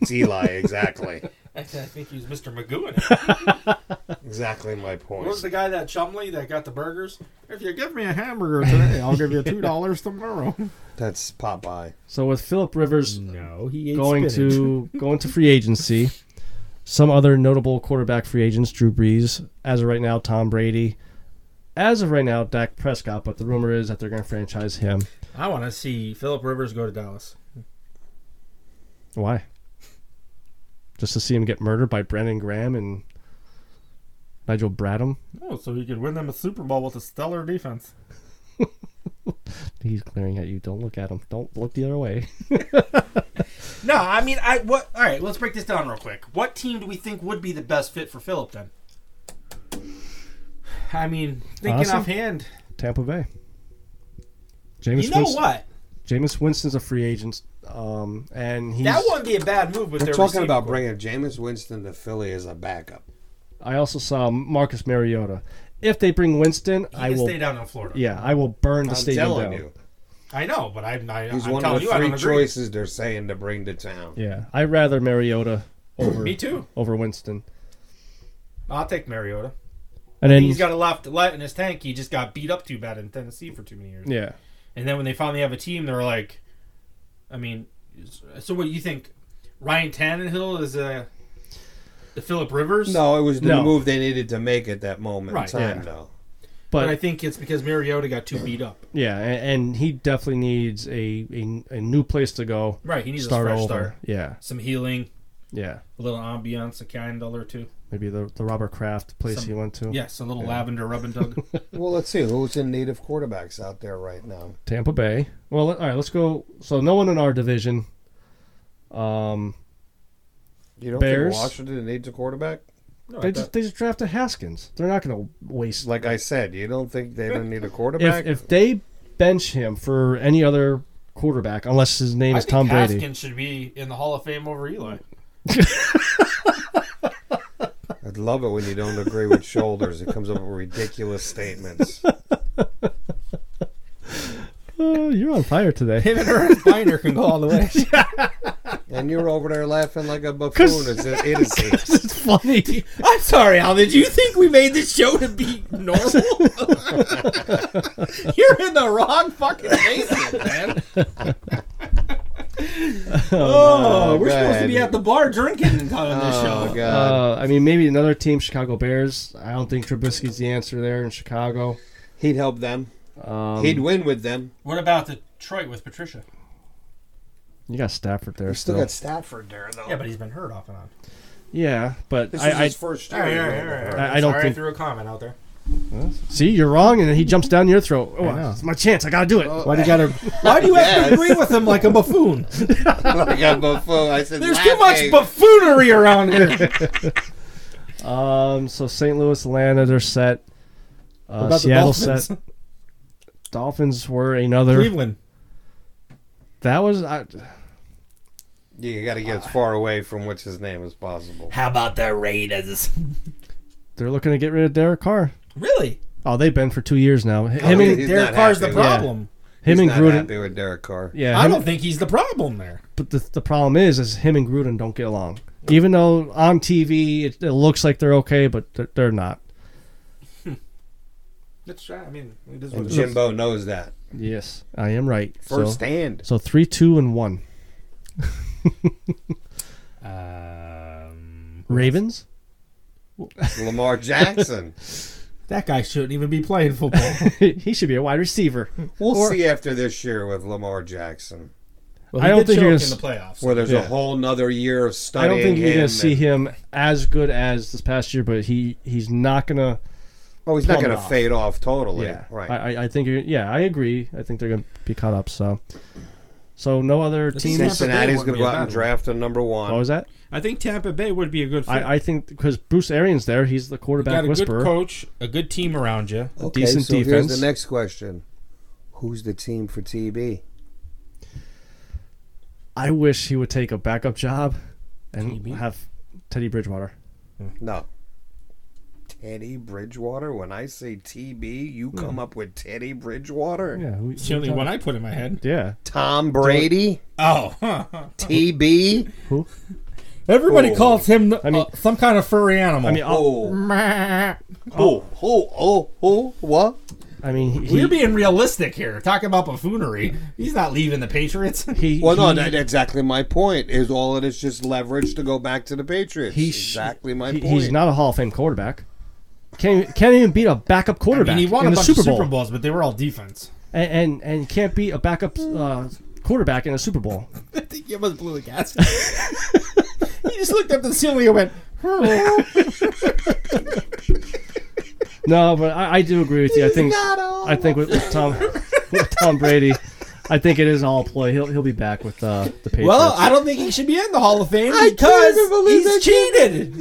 [SPEAKER 2] It's Eli, exactly.
[SPEAKER 4] Actually, [LAUGHS] I think he was Mr. Magoo. in it.
[SPEAKER 2] exactly my
[SPEAKER 4] [LAUGHS] What was
[SPEAKER 2] point.
[SPEAKER 4] the guy that Chumley that got the burgers? If you give me a hamburger today, I'll give you two dollars tomorrow.
[SPEAKER 2] That's Popeye.
[SPEAKER 1] So with Philip Rivers
[SPEAKER 4] [LAUGHS] No, he ate
[SPEAKER 1] going to
[SPEAKER 4] [LAUGHS]
[SPEAKER 1] going to free agency, some other notable quarterback free agents: Drew Brees, as of right now, Tom Brady, as of right now, Dak Prescott. But the rumor is that they're going to franchise him.
[SPEAKER 4] I want to see Philip Rivers go to Dallas.
[SPEAKER 1] Why? Just to see him get murdered by Brandon Graham and Nigel Bradham?
[SPEAKER 4] Oh, so he could win them a Super Bowl with a stellar defense.
[SPEAKER 1] He's glaring at you. Don't look at him. Don't look the other way. [LAUGHS]
[SPEAKER 4] No, I mean, I what? All right, let's break this down real quick. What team do we think would be the best fit for Philip then? [SIGHS]
[SPEAKER 10] I mean,
[SPEAKER 4] Thinking
[SPEAKER 1] Honestly?
[SPEAKER 4] offhand,
[SPEAKER 1] Tampa Bay. James
[SPEAKER 4] you know what?
[SPEAKER 1] Jameis Winston's a free agent, um, and he's.
[SPEAKER 4] That wouldn't be a bad move with
[SPEAKER 2] We're
[SPEAKER 4] their
[SPEAKER 2] talking
[SPEAKER 4] receiver
[SPEAKER 2] about
[SPEAKER 4] core.
[SPEAKER 2] bringing Jameis Winston to Philly as a backup.
[SPEAKER 1] I also saw Marcus Mariota. If they bring Winston,
[SPEAKER 4] He
[SPEAKER 1] I
[SPEAKER 4] can
[SPEAKER 1] will.
[SPEAKER 4] stay down in Florida.
[SPEAKER 1] Yeah, I will burn the
[SPEAKER 2] I'm
[SPEAKER 1] stadium
[SPEAKER 2] telling
[SPEAKER 1] down.
[SPEAKER 2] you,
[SPEAKER 4] I know, but I'm, I,
[SPEAKER 2] he's
[SPEAKER 4] I'm
[SPEAKER 2] one of
[SPEAKER 4] telling
[SPEAKER 2] the
[SPEAKER 4] you, I
[SPEAKER 2] three
[SPEAKER 4] don't agree.
[SPEAKER 2] choices they're saying to bring to town.
[SPEAKER 1] Yeah, I'd rather Mariota over
[SPEAKER 4] Me too.
[SPEAKER 1] over Winston.
[SPEAKER 4] I'll take Mariota.
[SPEAKER 1] And then
[SPEAKER 4] He's got a lot, a lot in his tank. He just got beat up too bad in Tennessee for too many years.
[SPEAKER 1] yeah,
[SPEAKER 4] And then when they finally have a team, they're like, I mean, so what do you think? Ryan Tannehill is a the Philip Rivers?
[SPEAKER 2] No, it was the
[SPEAKER 1] No.
[SPEAKER 2] move they needed to make at that moment
[SPEAKER 4] Right,
[SPEAKER 2] in time,
[SPEAKER 1] yeah.
[SPEAKER 2] though.
[SPEAKER 1] but
[SPEAKER 4] But I think it's because Mariota got too beat up.
[SPEAKER 1] yeah, a- and, and he definitely needs a, a a new place to go.
[SPEAKER 4] Right, he needs
[SPEAKER 1] start
[SPEAKER 4] a fresh
[SPEAKER 1] over.
[SPEAKER 4] start,
[SPEAKER 1] Yeah,
[SPEAKER 4] some healing,
[SPEAKER 1] yeah.
[SPEAKER 4] a little ambiance, a candle or two.
[SPEAKER 1] Maybe the the Robert Kraft place
[SPEAKER 4] Some-
[SPEAKER 1] he went to.
[SPEAKER 4] Yes, a little lavender rub and tug.
[SPEAKER 2] Well, let's see who's in need of quarterbacks out there right now.
[SPEAKER 1] Tampa Bay. Well, all right, let's go. So no one in our division. Um,
[SPEAKER 2] You don't
[SPEAKER 1] Bears?
[SPEAKER 2] think Washington needs a quarterback?
[SPEAKER 1] they just they just drafted Haskins. They're not going to waste
[SPEAKER 2] Like I said, you don't think they don't need a quarterback?
[SPEAKER 1] if if they bench him for any other quarterback, unless his name
[SPEAKER 4] I
[SPEAKER 1] is
[SPEAKER 4] think
[SPEAKER 1] Tom Brady.
[SPEAKER 4] Haskins should be in the Hall of Fame over Eli.
[SPEAKER 2] I'd love it when you don't agree with shoulders. It comes up with ridiculous statements.
[SPEAKER 1] Oh, you're on fire today.
[SPEAKER 10] Miner can go all the way.
[SPEAKER 2] [LAUGHS] And you're over there laughing like a buffoon. It's an idiocy.
[SPEAKER 1] it's funny.
[SPEAKER 4] I'm sorry, Al. Did you think we made this show to be normal? You're in the wrong fucking basement, man.
[SPEAKER 10] Oh, we're
[SPEAKER 2] go
[SPEAKER 10] supposed to
[SPEAKER 2] ahead.
[SPEAKER 10] be at the bar drinking on this
[SPEAKER 2] Oh,
[SPEAKER 10] show.
[SPEAKER 1] [LAUGHS]
[SPEAKER 2] God.
[SPEAKER 1] Uh, I mean, maybe another team, Chicago Bears. I don't think Trubisky's the answer there in Chicago.
[SPEAKER 2] He'd help them.
[SPEAKER 1] Um,
[SPEAKER 2] He'd win with them.
[SPEAKER 4] What about Detroit with Patricia?
[SPEAKER 1] you got Stafford there
[SPEAKER 2] We
[SPEAKER 1] still.
[SPEAKER 2] still got Stafford there, though.
[SPEAKER 4] Yeah, but he's been hurt off and on.
[SPEAKER 1] yeah, but
[SPEAKER 2] this
[SPEAKER 1] I,
[SPEAKER 2] is
[SPEAKER 1] I
[SPEAKER 2] his first year.
[SPEAKER 1] I- I don't
[SPEAKER 4] Sorry
[SPEAKER 1] think-
[SPEAKER 4] I threw a comment out there.
[SPEAKER 1] see you're wrong, and then
[SPEAKER 2] Mm-hmm.
[SPEAKER 1] he jumps down your throat. Oh, it's my chance. I gotta do it.
[SPEAKER 10] Why do you gotta? Why do you have to agree with him like a
[SPEAKER 4] [LAUGHS]
[SPEAKER 10] buffoon?
[SPEAKER 2] [LAUGHS] like a buffoon. I said,
[SPEAKER 10] There's too much
[SPEAKER 2] laughing.
[SPEAKER 10] buffoonery around
[SPEAKER 4] [LAUGHS]
[SPEAKER 10] here.
[SPEAKER 1] Um, so St. Louis, Atlanta, they're set. Uh,
[SPEAKER 10] about the
[SPEAKER 1] Seattle
[SPEAKER 10] Dolphins? [LAUGHS]
[SPEAKER 1] set. Dolphins were another.
[SPEAKER 10] Cleveland.
[SPEAKER 1] That was I,
[SPEAKER 2] You got to get as far away from what's his name as possible.
[SPEAKER 4] How about the Raiders?
[SPEAKER 1] they're looking to get rid of Derek Carr.
[SPEAKER 10] Really?
[SPEAKER 1] Oh, they've been for two years now. Him
[SPEAKER 2] Oh,
[SPEAKER 1] and
[SPEAKER 2] he's
[SPEAKER 10] Derek
[SPEAKER 2] not
[SPEAKER 10] Carr's
[SPEAKER 2] happy
[SPEAKER 10] the
[SPEAKER 2] with-
[SPEAKER 10] problem.
[SPEAKER 1] him
[SPEAKER 2] He's
[SPEAKER 1] and
[SPEAKER 2] not
[SPEAKER 1] Gruden.
[SPEAKER 2] happy with Derek Carr.
[SPEAKER 1] Yeah,
[SPEAKER 10] I
[SPEAKER 1] him-
[SPEAKER 10] don't think he's the problem there.
[SPEAKER 1] but the, the problem is, is him and Gruden don't get along. Even though on TV it, it looks like they're okay, but they're, they're not.
[SPEAKER 4] That's right. I mean, it is what [LAUGHS]
[SPEAKER 2] And
[SPEAKER 4] it is.
[SPEAKER 2] Jimbo knows that
[SPEAKER 1] Yes, I am right. so,
[SPEAKER 2] firsthand.
[SPEAKER 1] so three, two, and [LAUGHS] one.
[SPEAKER 4] Um,
[SPEAKER 1] Ravens.
[SPEAKER 2] Lamar Jackson.
[SPEAKER 10] That guy shouldn't even be playing football. [LAUGHS]
[SPEAKER 1] [LAUGHS] he should be a wide receiver.
[SPEAKER 2] We'll see after this year with Lamar Jackson,
[SPEAKER 1] I don't think you're
[SPEAKER 4] choke
[SPEAKER 1] gonna
[SPEAKER 4] in the
[SPEAKER 1] s-
[SPEAKER 4] playoffs.
[SPEAKER 2] where there's
[SPEAKER 1] Yeah.
[SPEAKER 2] a whole nother year of
[SPEAKER 1] I
[SPEAKER 2] studying.
[SPEAKER 1] don't think you're
[SPEAKER 2] him
[SPEAKER 1] gonna see
[SPEAKER 2] and-
[SPEAKER 1] him as good as this past year, but he he's not gonna.
[SPEAKER 2] Oh, he's not
[SPEAKER 1] plumb
[SPEAKER 2] going to
[SPEAKER 1] off.
[SPEAKER 2] fade off totally.
[SPEAKER 1] Yeah,
[SPEAKER 2] Right.
[SPEAKER 1] I I- I think you're. Yeah, I agree. I think they're gonna be caught up. So, so no other team.
[SPEAKER 2] Cincinnati's going
[SPEAKER 4] wouldn't be
[SPEAKER 2] to
[SPEAKER 4] a
[SPEAKER 2] go out and
[SPEAKER 4] bad
[SPEAKER 2] draft a number one.
[SPEAKER 1] What was that?
[SPEAKER 4] I think Tampa Bay would be a good fit.
[SPEAKER 1] I, I think because Bruce Arians there, he's the quarterback
[SPEAKER 4] got a good
[SPEAKER 1] whisperer.
[SPEAKER 4] coach, a good team around you.
[SPEAKER 2] okay,
[SPEAKER 1] decent
[SPEAKER 2] so
[SPEAKER 1] defense.
[SPEAKER 2] here's the next question: Who's the team for TB?
[SPEAKER 1] I wish he would take a backup job and have Teddy Bridgewater.
[SPEAKER 2] No. Teddy Bridgewater. When I say TB, you come up with Teddy Bridgewater,
[SPEAKER 1] Hmm. Yeah, who,
[SPEAKER 4] It's the only one I put in my head.
[SPEAKER 1] yeah.
[SPEAKER 2] Tom Brady,
[SPEAKER 4] Oh, [LAUGHS] huh.
[SPEAKER 2] TB.
[SPEAKER 10] Everybody
[SPEAKER 2] Oh.
[SPEAKER 10] calls him uh,
[SPEAKER 1] mean-
[SPEAKER 10] some kind of furry animal.
[SPEAKER 1] I mean, I'll-
[SPEAKER 2] Oh, oh, oh, oh, oh, what?
[SPEAKER 1] I mean, he,
[SPEAKER 4] we're being realistic here. Talking about buffoonery. He's not leaving the Patriots.
[SPEAKER 1] [LAUGHS] he,
[SPEAKER 2] Well, no,
[SPEAKER 1] he-
[SPEAKER 2] that's exactly my point. Is all it is just leverage to go back to the Patriots?
[SPEAKER 1] he sh-
[SPEAKER 2] exactly my
[SPEAKER 1] he-
[SPEAKER 2] point.
[SPEAKER 1] He's not a Hall of Fame quarterback. Can't even- can't even beat a backup
[SPEAKER 4] I
[SPEAKER 1] quarterback
[SPEAKER 4] mean, he won
[SPEAKER 1] in
[SPEAKER 4] a
[SPEAKER 1] the
[SPEAKER 4] bunch
[SPEAKER 1] Super
[SPEAKER 4] of
[SPEAKER 1] Bowl,
[SPEAKER 4] Super Bowls, but they were all defense.
[SPEAKER 1] And, and and can't beat a backup uh, quarterback in a Super Bowl.
[SPEAKER 4] [LAUGHS] I think you almost blew the
[SPEAKER 1] [LAUGHS]
[SPEAKER 4] gasket. he just looked up at the ceiling and went, "Hmm,
[SPEAKER 1] No, but I, I do agree with you. I think I think with, with Tom with Tom Brady. I think it is all play. He'll he'll be back with uh, the Patriots.
[SPEAKER 11] Well, I don't think he should be in the Hall of Fame
[SPEAKER 4] I can't
[SPEAKER 11] because
[SPEAKER 4] even believe
[SPEAKER 11] he's
[SPEAKER 4] that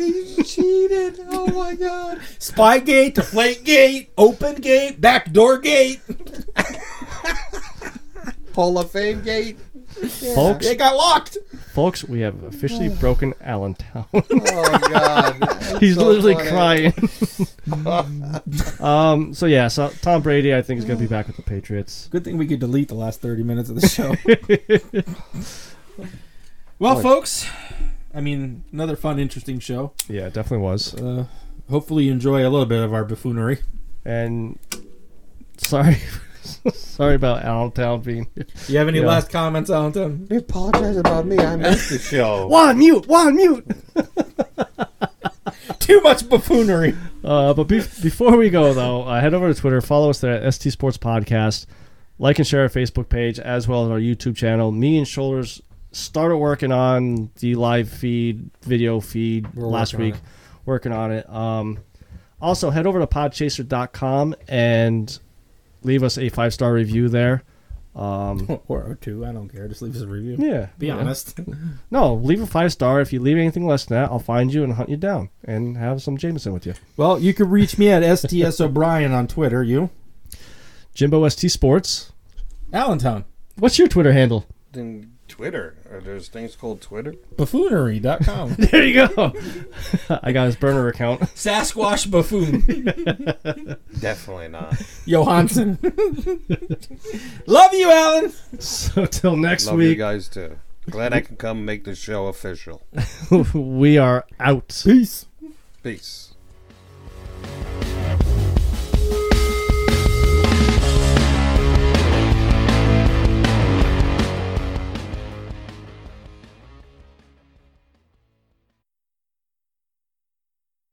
[SPEAKER 11] cheated.
[SPEAKER 4] He cheated. Oh my god.
[SPEAKER 11] Spygate, Deflategate, Open Gate, Backdoor Gate, Hall of Fame Gate.
[SPEAKER 1] folks,
[SPEAKER 11] They got locked.
[SPEAKER 1] folks, we have officially broken Allentown.
[SPEAKER 11] Oh God,
[SPEAKER 1] [LAUGHS] He's
[SPEAKER 11] So
[SPEAKER 1] literally
[SPEAKER 11] funny.
[SPEAKER 1] crying.
[SPEAKER 4] [LAUGHS]
[SPEAKER 1] um. So yeah. So Tom Brady, I think, is going to be back with the Patriots.
[SPEAKER 4] Good thing we could delete the last 30 minutes of the
[SPEAKER 5] [LAUGHS]
[SPEAKER 4] show.
[SPEAKER 5] Well,
[SPEAKER 4] folks, I mean, another fun, interesting show.
[SPEAKER 1] Yeah, it definitely was.
[SPEAKER 5] Uh, hopefully, you enjoy a little bit of our buffoonery.
[SPEAKER 1] And sorry, [LAUGHS] sorry about Allentown being.
[SPEAKER 4] You have any
[SPEAKER 1] Yeah.
[SPEAKER 4] last comments, [LAUGHS] Allentown?
[SPEAKER 11] They apologize about me. I missed the show.
[SPEAKER 1] [LAUGHS] One mute. One mute.
[SPEAKER 5] Too much buffoonery.
[SPEAKER 1] Uh, but be- before we go, though, uh, head over to Twitter, follow us there at ST Sports Podcast, like and share our Facebook page as well as our YouTube channel. Me and Shoulders started working on the live feed, video feed last
[SPEAKER 5] working on
[SPEAKER 1] week, working on it. Um, also, head over to podchaser.com and leave us a five star review there. Um,
[SPEAKER 5] [LAUGHS] or or two. I don't care. Just leave us a review.
[SPEAKER 1] yeah.
[SPEAKER 5] Be
[SPEAKER 1] yeah.
[SPEAKER 5] honest.
[SPEAKER 1] No, leave a five star. If you leave anything less than that, I'll find you and hunt you down and have some Jameson with you.
[SPEAKER 4] [LAUGHS] Well, you can reach me at STS O'Brien on Twitter. You?
[SPEAKER 1] Jimbo ST Sports.
[SPEAKER 4] Allentown.
[SPEAKER 1] What's your Twitter handle? [LAUGHS]
[SPEAKER 12] Then Twitter. Are there's things called Twitter?
[SPEAKER 4] [LAUGHS]
[SPEAKER 5] Buffoonery.com.
[SPEAKER 1] There you go. [LAUGHS] I got his burner account. [LAUGHS]
[SPEAKER 11] Sasquatch buffoon
[SPEAKER 12] Definitely not.
[SPEAKER 4] Johansson. [LAUGHS] Love you, Alan.
[SPEAKER 1] So till next
[SPEAKER 12] Love you
[SPEAKER 1] week,
[SPEAKER 12] guys too.
[SPEAKER 1] [LAUGHS]
[SPEAKER 12] Glad I can come make the show official.
[SPEAKER 1] we are out.
[SPEAKER 12] Peace.